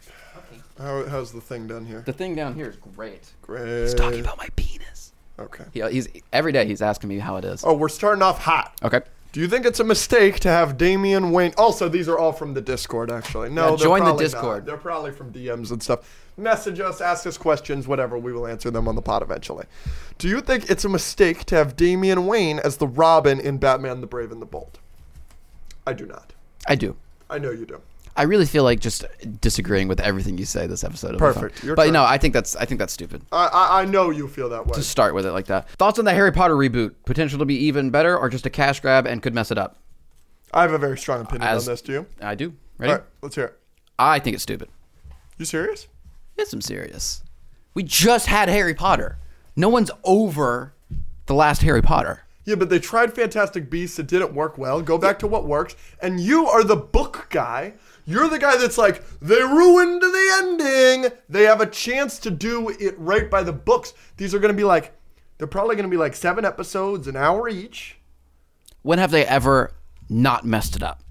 How, how's the thing done here?
The thing down here is great.
Great.
He's talking about my penis.
Okay.
He, uh, he's every day he's asking me how it is.
Oh, we're starting off hot.
Okay.
Do you think it's a mistake to have Damian Wayne? Also, these are all from the Discord, actually. No,
Yeah,
they're
join the
probably
Discord.
Not. They're probably from DMs and stuff. Message us, ask us questions, whatever. We will answer them on the pod eventually. Do you think it's a mistake to have Damian Wayne as the Robin in Batman the Brave and the Bold? I do not.
I do.
I know you do.
I really feel like just disagreeing with everything you say this episode. of the
Perfect.
phone.
Your
But
turn.
no, I think that's I think that's stupid.
I, I, I know you feel that way.
Just start with it like that. Thoughts on the Harry Potter reboot? Potential to be even better, or just a cash grab and could mess it up?
I have a very strong opinion
As-
on this, do you?
I do. Ready?
All right, let's hear it.
I think it's stupid.
You serious?
Yes, I'm serious. We just had Harry Potter. No one's over the last Harry Potter.
Yeah, but they tried Fantastic Beasts. It didn't work well. Go back to what works. And you are the book guy. You're the guy that's like, they ruined the ending. They have a chance to do it right by the books. These are going to be like, they're probably going to be like seven episodes, an hour each.
When have they ever not messed it up?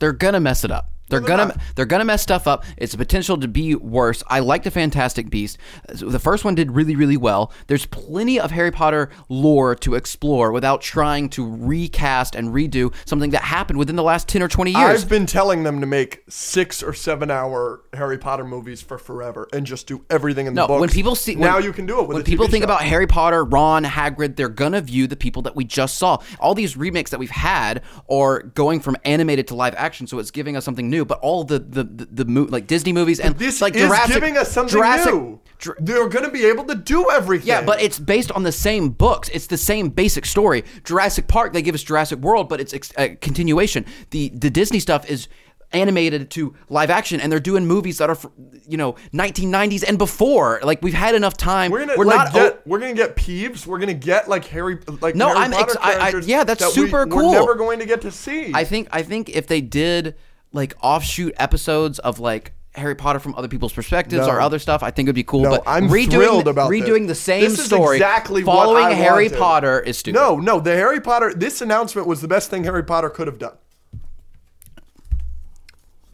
They're gonna mess it up. They're gonna they're gonna mess stuff up. It's a potential to be worse. I like the Fantastic Beast. The first one did really really well. There's plenty of Harry Potter lore to explore without trying to recast and redo something that happened within the last ten or twenty years.
I've been telling them to make six or seven hour Harry Potter movies for forever and just do everything in the
No,
books.
when people see when-
now you can do it. With
when
a
people
TV
think
show.
about Harry Potter, Ron, Hagrid, they're gonna view the people that we just saw. All these remakes that we've had are going from animated to live action, so it's giving us something new. But all the the the, the mo- like Disney movies and
this,
like
is
Jurassic,
giving us something
Jurassic,
new.
Jur-
They're going to be able to do everything.
yeah, but it's based on the same books. It's the same basic story. Jurassic Park, they give us Jurassic World, but it's ex- a continuation. The the Disney stuff is animated to live action, and they're doing movies that are, fr- you know, 1990s and before. Like we've had enough time.
we're gonna like,
not
get we're gonna get Peeves. We're gonna get like Harry like
No,
Harry
I'm
Potter
ex- I- I-
characters
yeah, that's
that we-
super cool.
We're never going to get to see.
I think I think if they did like offshoot episodes of like Harry Potter from other people's perspectives or
No.
other stuff, I think it'd be cool.
No,
but
I'm
redoing,
thrilled about this.
redoing the same
This is
story,
exactly what
following
I
Harry
wanted.
Potter is stupid.
no, no, the Harry Potter. This announcement was the best thing Harry Potter could have done.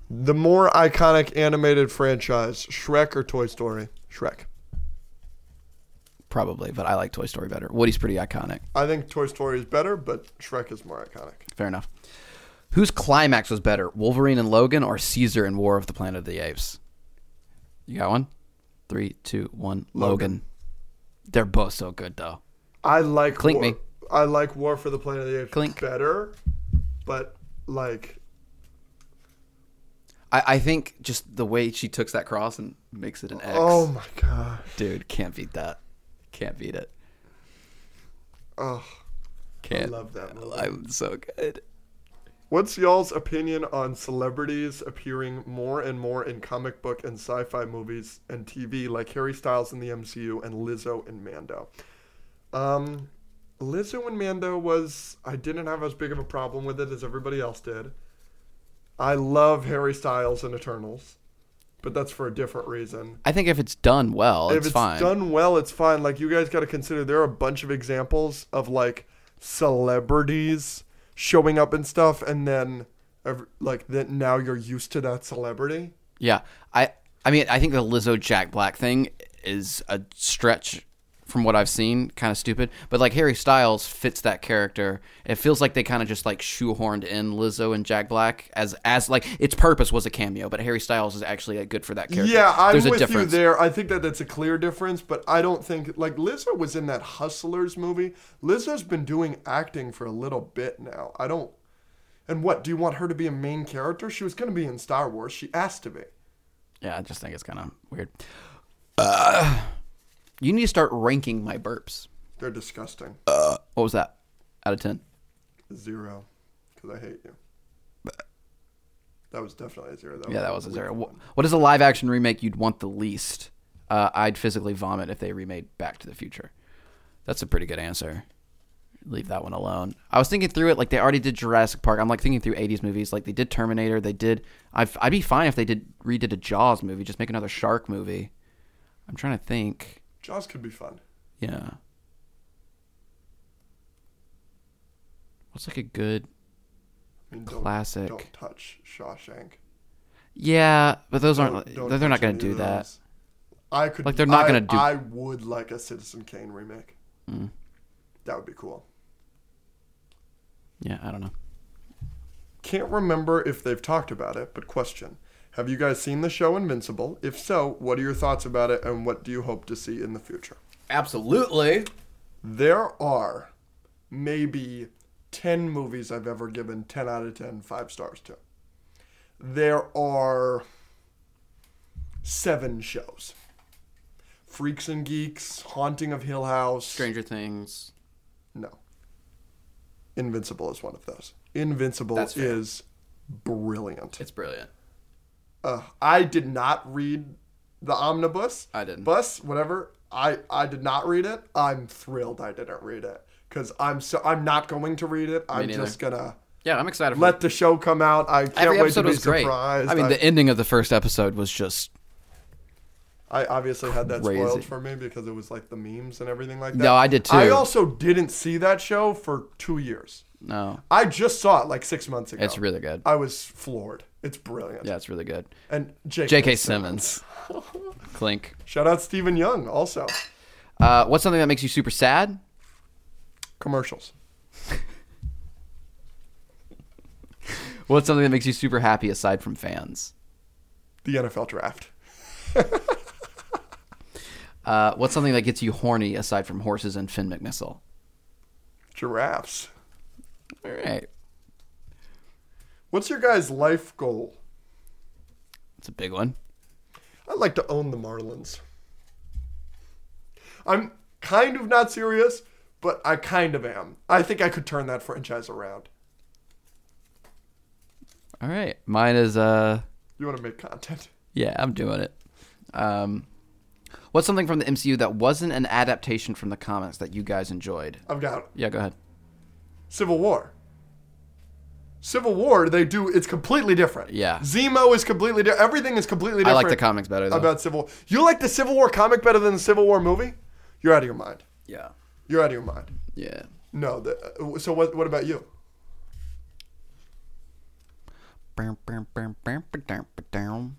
The more iconic animated franchise, Shrek or Toy Story? Shrek.
probably, but I like Toy Story better. Woody's pretty iconic.
I think Toy Story is better, but Shrek is more iconic.
Fair enough. Whose climax was better, Wolverine and Logan, or Caesar and War of the Planet of the Apes? You got one? Three, two, one. Logan. They're both so good though.
I like
Clink
War.
me.
I like War for the Planet of the Apes
Clink.
better, but like
I, I think just the way she took that cross and makes it an X.
oh my god,
Dude, can't beat that. Can't beat it.
oh, I
Can't.
love that movie.
I'm so good.
What's y'all's opinion on celebrities appearing more and more in comic book and sci-fi movies and TV, like Harry Styles in the MCU and Lizzo in Mando? Um, Lizzo in Mando was I didn't have as big of a problem with it as everybody else did. I love Harry Styles in Eternals, but that's for a different reason.
I think if it's done well,
if
it's,
it's
fine.
done well, it's fine. Like you guys got to consider there are a bunch of examples of like celebrities showing up and stuff, and then ev- like that now you're used to that celebrity.
yeah. I I mean, I think the Lizzo Jack Black thing is a stretch from what I've seen, kind of stupid. But like Harry Styles fits that character. It feels like they kind of just like shoehorned in Lizzo and Jack Black as as like its purpose was a cameo, but Harry Styles is actually like, good for that character.
Yeah, I'm
There's a
with you
difference.
there. I think that that's a clear difference, but I don't think like Lizzo was in that Hustlers movie. Lizzo's been doing acting for a little bit now. I don't. And what do you want her to be a main character? She was going to be in Star Wars. She asked to be.
Yeah, I just think it's kind of weird. Uh, you need to start ranking my burps.
They're disgusting.
What was that? Out of 10?
Zero, because I hate you. That was definitely a zero. That
Yeah, that was a zero. Wh- What is a live action remake you'd want the least? Uh, I'd physically vomit if they remade Back to the Future. That's a pretty good answer. Leave that one alone. I was thinking through it like they already did Jurassic Park. I'm like thinking through 80s movies. Like they did Terminator. They did. I've, I'd be fine if they did redid a Jaws movie. Just make another shark movie. I'm trying to think.
Jaws could be fun.
Yeah. What's like a good?
I mean, don't,
Classic.
Don't touch Shawshank.
Yeah, but those
Don't-
aren't.
don't
they're, they're not
touch
going
any
to do
of
that.
those. I could.
Like, they're not
I-
gonna do- Mm.
I would like a Citizen Kane remake. That would be cool.
Yeah, I don't know.
Can't remember if they've talked about it, but question: Have you guys seen the show Invincible? If so, what are your thoughts about it, and what do you hope to see in the future?
Absolutely.
There are maybe 10 movies I've ever given 10 out of 10 five stars to. There are seven shows Freaks and Geeks, Haunting of Hill House.
Stranger Things.
No. Invincible is one of those. Invincible
That's fair.
is brilliant.
It's brilliant.
Uh, I did not read the omnibus.
I didn't.
Bus, whatever. I I did not read it. I'm thrilled I didn't read it because I'm so I'm not going to read it. I'm
neither.
just gonna
Yeah, I'm excited. For
let the show come out. I can't
every
wait to
episode
be
was great.
surprised.
I mean, the ending of the first episode was just.
I obviously had that
Crazy.
spoiled for me because it was like the memes and everything like that.
No, I did
I
too.
also didn't see that show for two years.
No,
I just saw it like six months ago.
it's really good.
I was floored. It's brilliant.
Yeah, it's really good.
And J.K.
J.K. Simmons. Clink.
Shout out Stephen Young also.
Uh, what's something that makes you super sad?
Commercials.
What's something that makes you super happy aside from fans?
The NFL draft.
Uh, what's something that gets you horny aside from horses and Finn McMissile?
Giraffes.
All right.
What's your guys' life goal?
It's a big one.
I'd like to own the Marlins. I'm kind of not serious, but I kind of am. I think I could turn that franchise around.
All right. Mine is uh
You want to make content?
yeah, I'm doing it. Um what's something from the MCU that wasn't an adaptation from the comics that you guys enjoyed?
I've got
Yeah, go ahead.
Civil War. Civil War, they do. It's completely different.
Yeah.
Zemo is completely different. Everything is completely
I
different.
like the comics better though.
about Civil. War. You like the Civil War comic better than the Civil War movie? You're out of your mind.
yeah.
You're out of your mind.
Yeah.
No. The, uh, so what? What about you?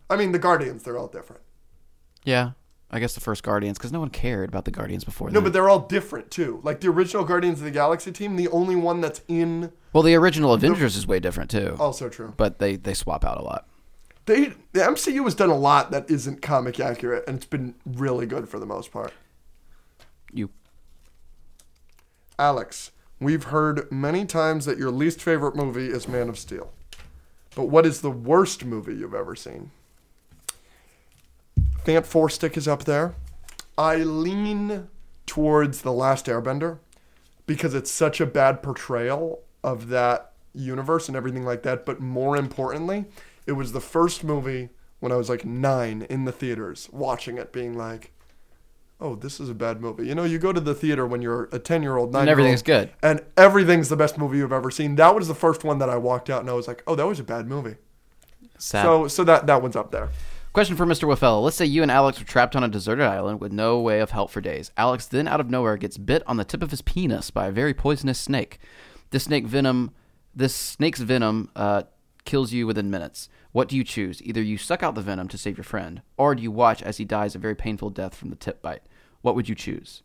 I mean, the Guardians. They're all different.
Yeah. I guess the first Guardians cuz no one cared about the Guardians before
No,
then.
but they're all different too. Like the original Guardians of the Galaxy team, the only one that's in.
well, the original Avengers is way different too.
Also true.
But they they swap out a lot.
They the MCU has done a lot that isn't comic accurate, and it's been really good for the most part.
You
Alex, we've heard many times that your least favorite movie is Man of Steel. But what is the worst movie you've ever seen? Fant Four Stick is up there. I lean towards The Last Airbender because it's such a bad portrayal of that universe and everything like that. But more importantly, it was the first movie when I was like nine in the theaters watching it, being like, oh, this is a bad movie. You know, you go to the theater when you're a 10 year old, 9
and everything's good.
and everything's the best movie you've ever seen. That was the first one that I walked out and I was like, oh, that was a bad movie.
Sad.
So so that that one's up there.
Question for Mr. Wafella. Let's say you and Alex were trapped on a deserted island with no way of help for days. Alex then, out of nowhere, gets bit on the tip of his penis by a very poisonous snake. This snake venom, this snake's venom, uh, kills you within minutes. What do you choose? Either you suck out the venom to save your friend, or do you watch as he dies a very painful death from the tip bite? What would you choose?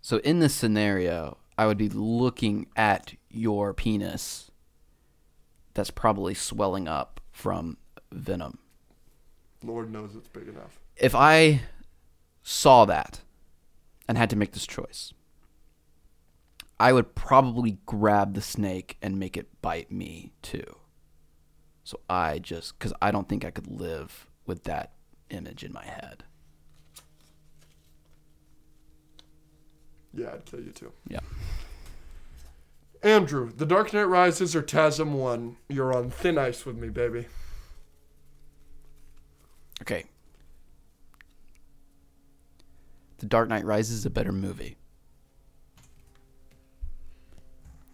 So in this scenario, I would be looking at your penis that's probably swelling up from venom.
Lord knows it's big enough.
If I saw that and had to make this choice, I would probably grab the snake and make it bite me too. So I just cuz I don't think I could live with that image in my head.
Yeah, I'd kill you too.
Yeah.
Andrew, The Dark Knight Rises or TASM One? You're on thin ice with me, baby.
Okay. The Dark Knight Rises is a better movie.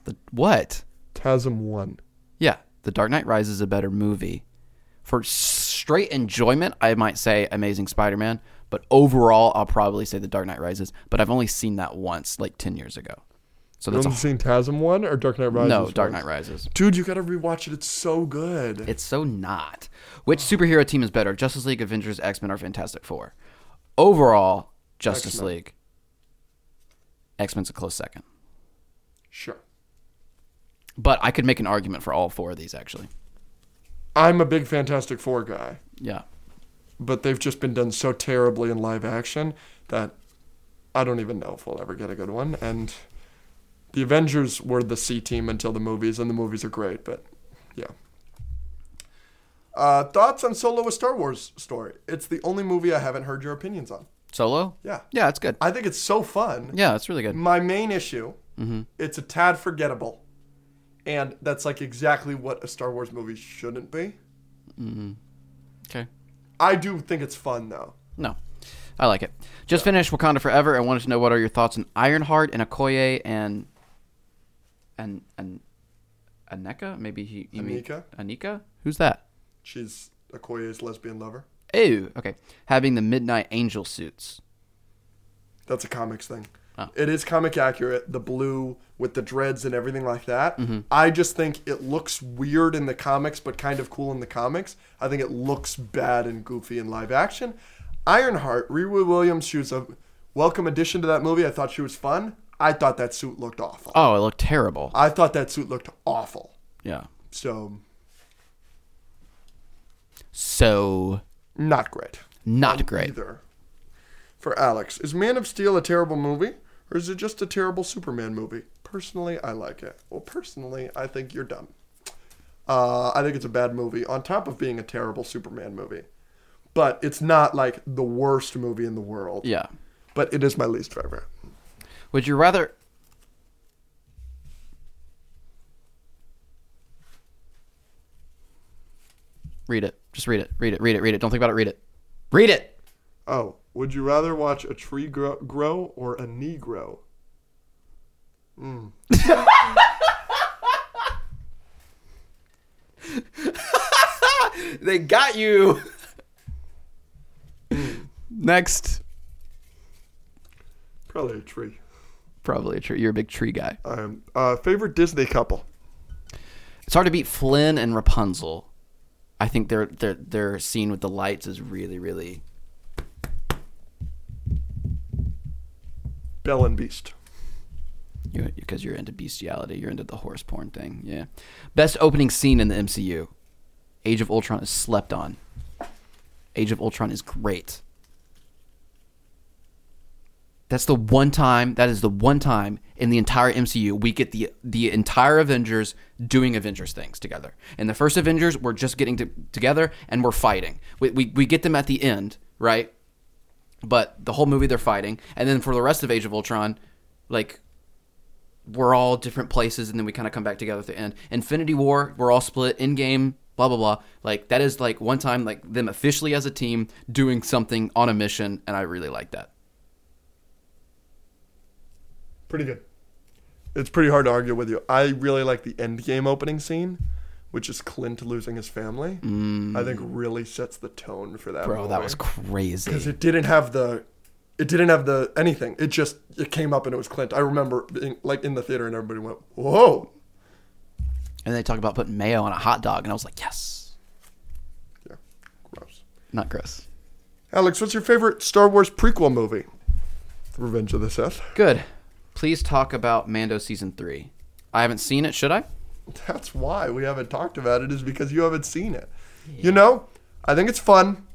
The what?
TASM One.
Yeah, The Dark Knight Rises is a better movie. For straight enjoyment, I might say Amazing Spider-Man, but overall, I'll probably say The Dark Knight Rises. But I've only seen that once, like ten years ago. So that's a,
seen TASM One or Dark Knight Rises?
no Dark Knight Rises.
Dude, you gotta rewatch it. It's so good.
It's so not. Which superhero team is better, Justice League, Avengers, X Men, or Fantastic Four? Overall, Justice
X-Men.
League. X Men's a close second.
sure.
But I could make an argument for all four of these, actually.
I'm a big Fantastic Four guy,
Yeah.
but they've just been done so terribly in live action that I don't even know if we'll ever get a good one. And the Avengers were the C team until the movies, and the movies are great, but yeah. Uh, thoughts on Solo a Star Wars story? It's the only movie I haven't heard your opinions on.
Solo?
Yeah. Mm.
Yeah, it's good.
I think it's so fun.
Yeah, it's really good.
My main issue, it's a tad forgettable. And that's like exactly what a Star Wars movie shouldn't be.
Okay.
I do think it's fun though.
No. I like it. Just finished Wakanda Forever and wanted to know what are your thoughts on Ironheart and Okoye and and and Aneka? Maybe he you mean-
Anika?
Anika? Who's that?
She's Okoye's lesbian lover.
Ew. Okay. Having the Midnight Angel suits.
That's a comics thing. It is comic accurate, the blue with the dreads and everything like that. I just think it looks weird in the comics, but kind of cool in the comics. I think it looks bad and goofy in live action. Ironheart, Riri Williams, she was a welcome addition to that movie. I thought she was fun. I thought that suit looked awful.
Oh, it looked terrible.
I thought that suit looked awful.
Yeah.
So,
So
not great.
not great.
Either. For Alex, is Man of Steel a terrible movie, or is it just a terrible Superman movie? Personally, I like it. Well, personally, I think you're dumb. Uh, I think it's a bad movie, on top of being a terrible Superman movie. But it's not like the worst movie in the world.
Yeah.
But it is my least favorite.
Would you rather? Read it. Just read it. Read it. Read it. Read it. Don't think about it. Read it. Read it.
Oh, would you rather watch a tree grow, grow or a knee grow?
They got you. Next,
Probably a tree.
probably a tree. You're a big tree guy.
Um, uh, favorite Disney couple?
It's hard to beat Flynn and Rapunzel. I think their their their scene with the lights is really really
Belle and Beast.
you because you're into bestiality. You're into the horse porn thing. Yeah. Best opening scene in the MCU. Age of Ultron is slept on. Age of Ultron is great. That's the one time. That is the one time in the entire MCU we get the the entire Avengers doing Avengers things together. In the first Avengers, we're just getting to, together and we're fighting. We, we we get them at the end, right? But the whole movie they're fighting, and then for the rest of Age of Ultron, like we're all different places and then we kind of come back together at the end. Infinity War, we're all split in game, blah blah blah. Like that is like one time like them officially as a team doing something on a mission and I really like that.
pretty good. It's pretty hard to argue with you. I really like the end game opening scene, which is Clint losing his family. I think really sets the tone for that.
Mm. Bro, that was
because
crazy.
it didn't have the, it didn't have the anything. It just it came up and it was Clint. I remember being like in the theater and everybody went whoa.
And they talk about putting mayo on a hot dog and I was like, "Yes."
Yeah, gross.
Not gross.
Alex, what's your favorite Star Wars prequel movie? Revenge of the Sith.
Good. Please talk about Mando season 3. I haven't seen it, should I?
That's why we haven't talked about it is because you haven't seen it. You know, I think it's fun.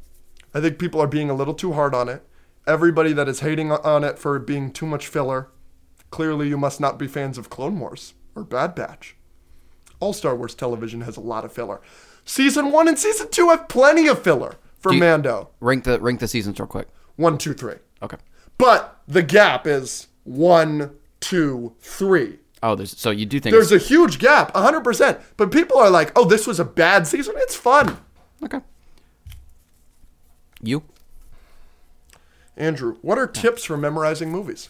I think people are being a little too hard on it. Everybody that is hating on it for being too much filler, clearly you must not be fans of Clone Wars or Bad Batch. All Star Wars television has a lot of filler. Season one and season two have plenty of filler for
Do you-
Mando.
Rank the rank the seasons real quick.
One, two, three.
Okay.
But the gap is one, two, three.
Oh, there's so you do think
There's a huge gap, 100%. But people are like, oh, this was a bad season. It's fun.
Okay. You?
Andrew, what are tips for memorizing movies?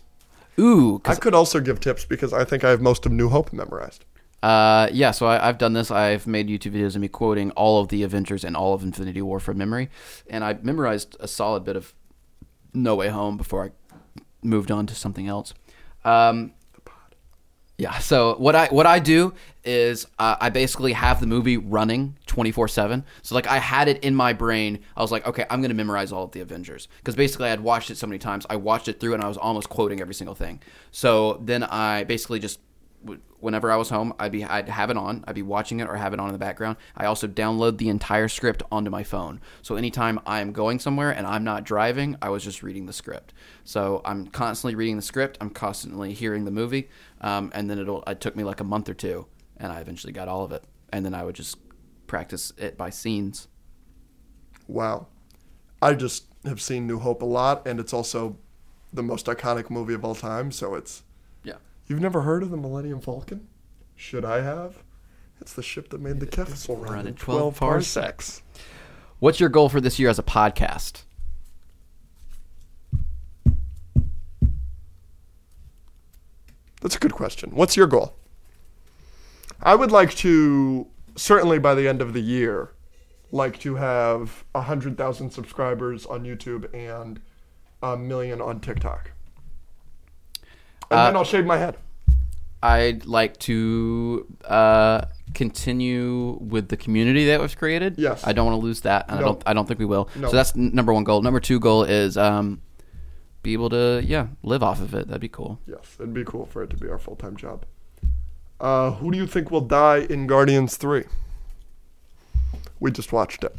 Ooh, 'cause
I could also give tips because I think I have most of New Hope memorized.
Uh, yeah, so I, I've done this. I've made YouTube videos of me quoting all of the Avengers and all of Infinity War from memory, and I memorized a solid bit of No Way Home before I moved on to something else. Um, yeah. So what I what I do is uh, I basically have the movie running twenty four seven. So like I had it in my brain. I was like, okay, I'm gonna memorize all of the Avengers because basically I had watched it so many times. I watched it through and I was almost quoting every single thing. So then I basically just w- whenever I was home, I'd be I'd have it on. I'd be watching it or have it on in the background. I also download the entire script onto my phone. So anytime I am going somewhere and I'm not driving, I was just reading the script. So I'm constantly reading the script. I'm constantly hearing the movie, um, and then it'll it took me like a month or two, and I eventually got all of it. And then I would just practice it by scenes.
Wow. I just have seen New Hope a lot, and it's also the most iconic movie of all time. So it's.
Yeah.
You've never heard of the Millennium Falcon? Should I have? It's the ship that made the Kessel run, in 12 parsecs.
What's your goal for this year as a podcast?
That's a good question. What's your goal? I would like to certainly by the end of the year like to have a hundred thousand subscribers on YouTube and a million on TikTok. And then I'll shave my head.
I'd like to uh, continue with the community that was created.
Yes.
I don't want to lose that, and I
No.
don't. I don't think we will.
No.
So that's n- number one goal. Number two goal is um, be able to yeah live off of it. That'd be cool.
Yes, it'd be cool for it to be our full time job. Uh, who do you think will die in Guardians 3? We just watched it.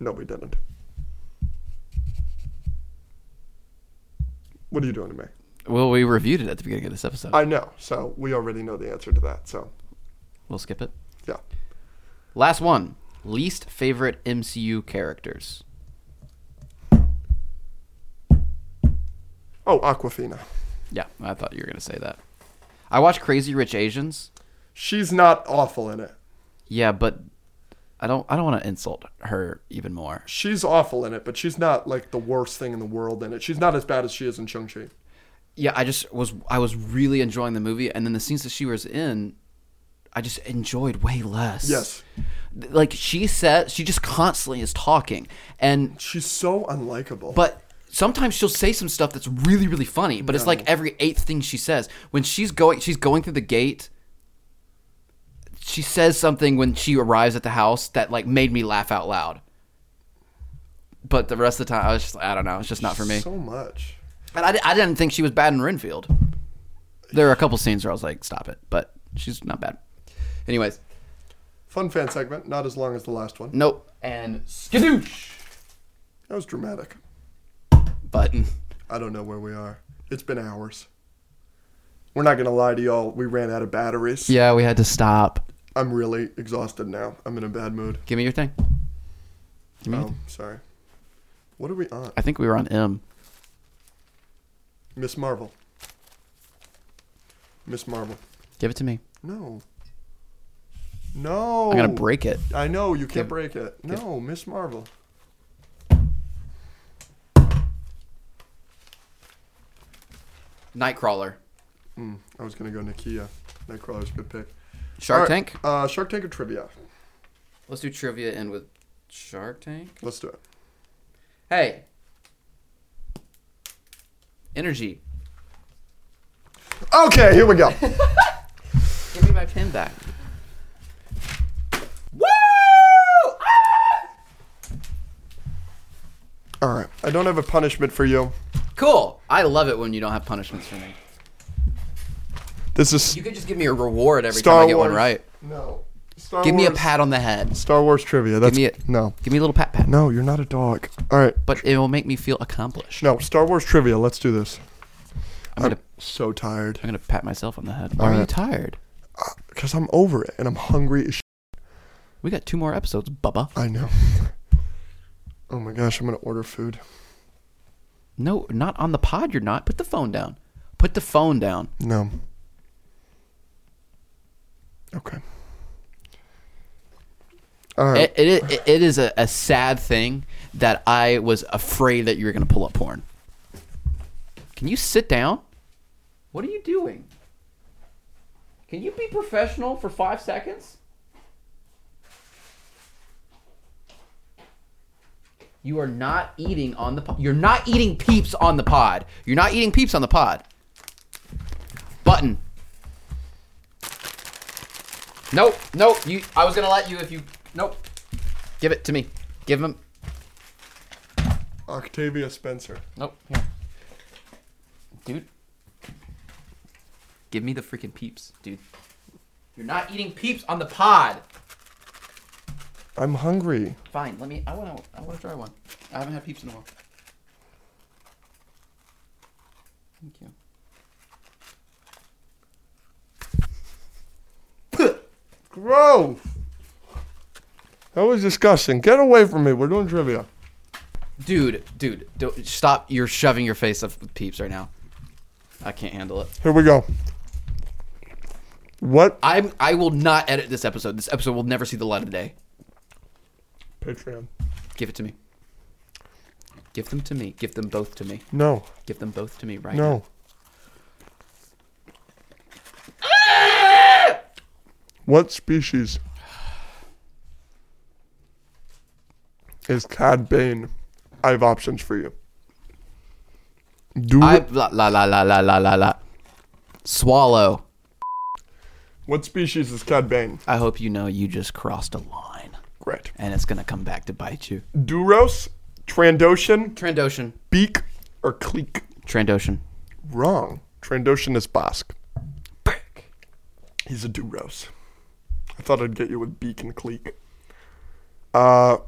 No, we didn't. What are you doing to me?
Well, we reviewed it at the beginning of this episode.
I know, so we already know the answer to that. So,
we'll skip it.
yeah.
Last one. Least favorite MCU characters.
Oh, Aquafina.
Yeah, I thought you were gonna say that. I watched Crazy Rich Asians.
She's not awful in it.
Yeah, but I don't. I don't want to insult her even more.
She's awful in it, but she's not like the worst thing in the world in it. She's not as bad as she is in Chung-Chi.
yeah, I just was I was really enjoying the movie, and then the scenes that she was in, I just enjoyed way less.
Yes.
Th- like she said, she just constantly is talking, and
She's so unlikable.
but sometimes she'll say some stuff that's really really funny, but it's like every eighth thing she says when she's going she's going through the gate. She says something when she arrives at the house that like made me laugh out loud. But the rest of the time, I was just I don't know, it's just not for me.
so much.
And I, di- I didn't think she was bad in Renfield. There are a couple scenes where I was like, stop it, but she's not bad. Anyways,
Fun fan segment, not as long as the last one.
nope. And skadoosh!
That was dramatic.
Button.
I don't know where we are. It's been hours. We're not gonna lie to y'all. We ran out of batteries.
Yeah, we had to stop.
I'm really exhausted now. I'm in a bad mood.
Give me your thing.
Oh, sorry. What are we on?
I think we were on M.
Miss Marvel. Miss Marvel.
Give it to me.
No. No.
I'm going to break it.
I know you can't
Give-
break it. No, Miss Marvel.
Nightcrawler.
Mm, I was gonna go Nakia. Nightcrawler's a good pick.
Shark
All right,
Tank.
Uh, Shark Tank or trivia?
Let's do trivia and with Shark Tank.
Let's do it.
Hey. Energy.
Okay, here we go.
Give me my pin back.
All right. I don't have a punishment for you.
Cool. I love it when you don't have punishments for me.
This is
You can just give me a reward every
Star
time I get
Wars.
one right.
No. Star
Give me a
Wars-
pat on the head.
Star Wars trivia. That's
me it.
no,
Give me a little pat pat.
no. You're not a dog. All right.
But it will make me feel accomplished.
No, Star Wars trivia. Let's do this.
I'm
I'm
gonna,
so tired
I'm gonna pat myself on the head. Why are you
Alright.
tired?
because I'm over it and I'm hungry. As sh-
We got two more episodes, Bubba.
I know. Oh my gosh, I'm gonna order food.
No, not on the pod. You're not. Put the phone down. Put the phone down.
No. Okay. All right.
It, it, it, it is a, a sad thing that I was afraid that you were gonna pull up porn. Can you sit down? What are you doing? Can you be professional for five seconds? You are not eating on the pod. You're not eating peeps on the pod. You're not eating peeps on the pod. Button. Nope. Nope. You. I was gonna let you if you. Nope. Give it to me. Give him.
Octavia Spencer.
Nope. Here. Dude. Give me the freaking peeps, dude. You're not eating peeps on the pod.
I'm hungry.
Fine. Let me. I want to. I want to try one. I haven't had peeps in a while. Thank you.
Gross. That was disgusting. Get away from me. We're doing trivia.
Dude, dude, don't, stop! You're shoving your face up with peeps right now. I can't handle it.
Here we go. What
I'm. I will not edit this episode. This episode will never see the light of day.
Patreon?
Give it to me. Give them to me. Give them both to me.
No.
Give them both to me right now.
No. What species is Cad Bane. I have options for you. Do
I la la la la la la la la. Swallow.
what species is Cad Bane?
I hope you know you just crossed a line,
Great.
and it's gonna come back to bite you.
Duros, Trandoshan,
Trandoshan.
Beak, or Cleek?
Trandoshan.
Wrong. Trandoshan is Bosk. He's a Duros. I thought I'd get you with Beak and Cleek. Uh,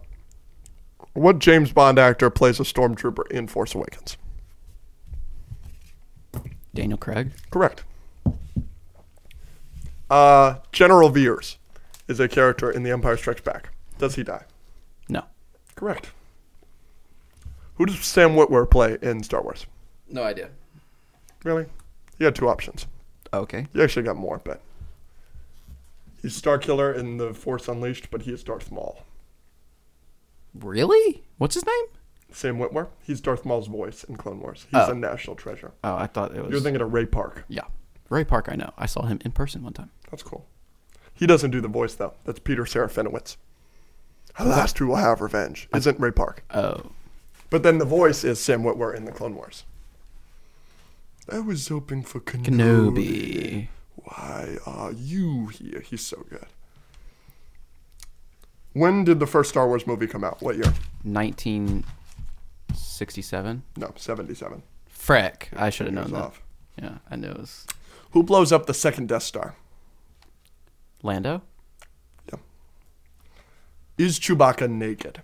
what James Bond actor plays a stormtrooper in Force Awakens?
Daniel Craig.
Correct. Uh, General Veers is a character in The Empire Strikes Back. Does he die?
No.
Correct. Who does Sam Witwer play in Star Wars?
No idea.
Really? You had two options.
Okay.
You actually got more, but he's Star Killer in The Force Unleashed, but he is Darth Maul.
Really? What's his name?
Sam Witwer, he's Darth Maul's voice in Clone Wars. He's
Oh.
a national treasure.
Oh, I thought it was.
You're thinking of Ray Park.
yeah. Ray Park. I know. I saw him in person one time.
That's cool. He doesn't do the voice though. That's Peter Serafinowicz. Alas, we will have revenge. Isn't Ray Park?
Oh.
But then the voice is Sam Witwer in the Clone Wars. I was hoping for Kenobi.
Kenobi.
Why are you here? He's so good. When did the first Star Wars movie come out? What year?
1967.
No, seventy-seven.
Frick. I should have known
Years
that.
off.
Yeah, I knew it was
Who blows up the second Death Star?
Lando.
Yeah. Is Chewbacca naked?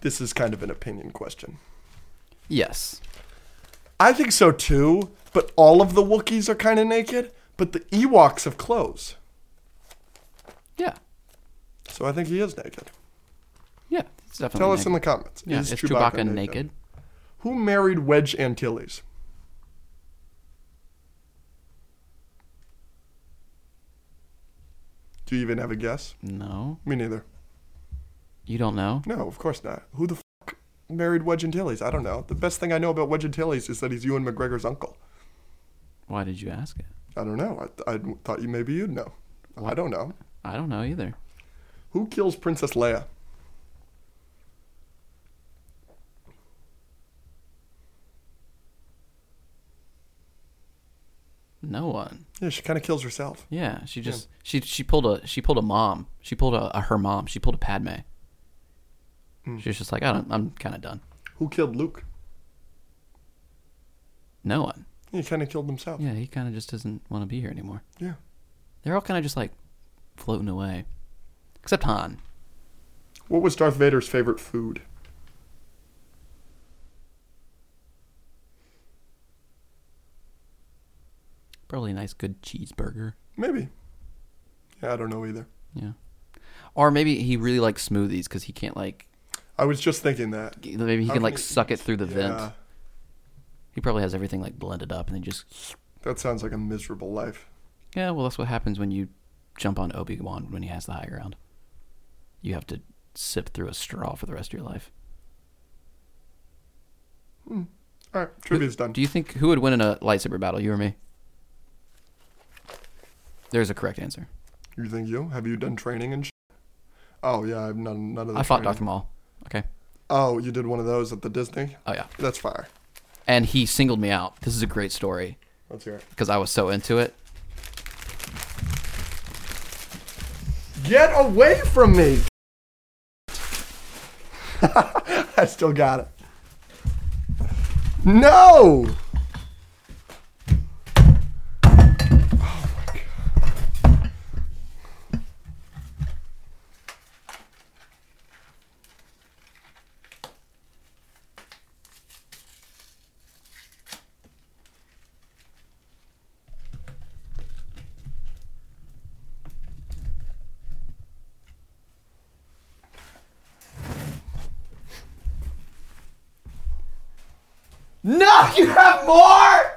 This is kind of an opinion question.
Yes.
I think so too, but all of the Wookiees are kind of naked, but the Ewoks have clothes.
Yeah.
So I think he is naked.
Yeah. It's definitely.
Tell
naked.
us in the comments.
Yeah, is Chewbacca, naked?
Who married Wedge Antilles? Do you even have a guess?
No,
Me neither.
you don't know.
No, of course not. Who the fuck married Wedge Antilles? I don't know. The best thing I know about Wedge Antilles is that he's Ewan McGregor's uncle.
Why did you ask it?
I don't know. I, I thought you maybe you'd know. I don't know.
I don't know either.
Who kills Princess Leia?
No one.
Yeah, she kind of kills herself.
Yeah, she just she she pulled a she pulled a mom. She pulled a, a her mom. She pulled a Padme. She was just like I don't. I'm kind of done.
Who killed Luke?
No one.
He kind of killed himself.
Yeah, he kind of just doesn't want to be here anymore.
Yeah.
They're all kind of just like floating away, except Han.
What was Darth Vader's favorite food?
Probably a nice good cheeseburger.
Maybe. Yeah, I don't know either.
Yeah. Or maybe he really likes smoothies because he can't like
I was just thinking that.
maybe he
How
can like
he
suck it
eat-
through the
Yeah,
vent. He probably has everything like blended up and then just
That sounds like a miserable life.
Yeah, well that's what happens when you jump on Obi-Wan when he has the high ground. You have to sip through a straw for the rest of your life.
All right, trivia's done.
Do you think who would win in a lightsaber battle, you or me? There's a correct answer.
You think you? Have you done training and sh Oh, yeah, I've none, none of the
I fought
training.
Darth Maul. Okay.
Oh, you did one of those at the Disney?
Oh yeah.
That's fire.
And he singled me out. This is a great story
Let's hear it.
because I was so into it.
Get away from me! I still got it. No! Oh my god. No, you have more!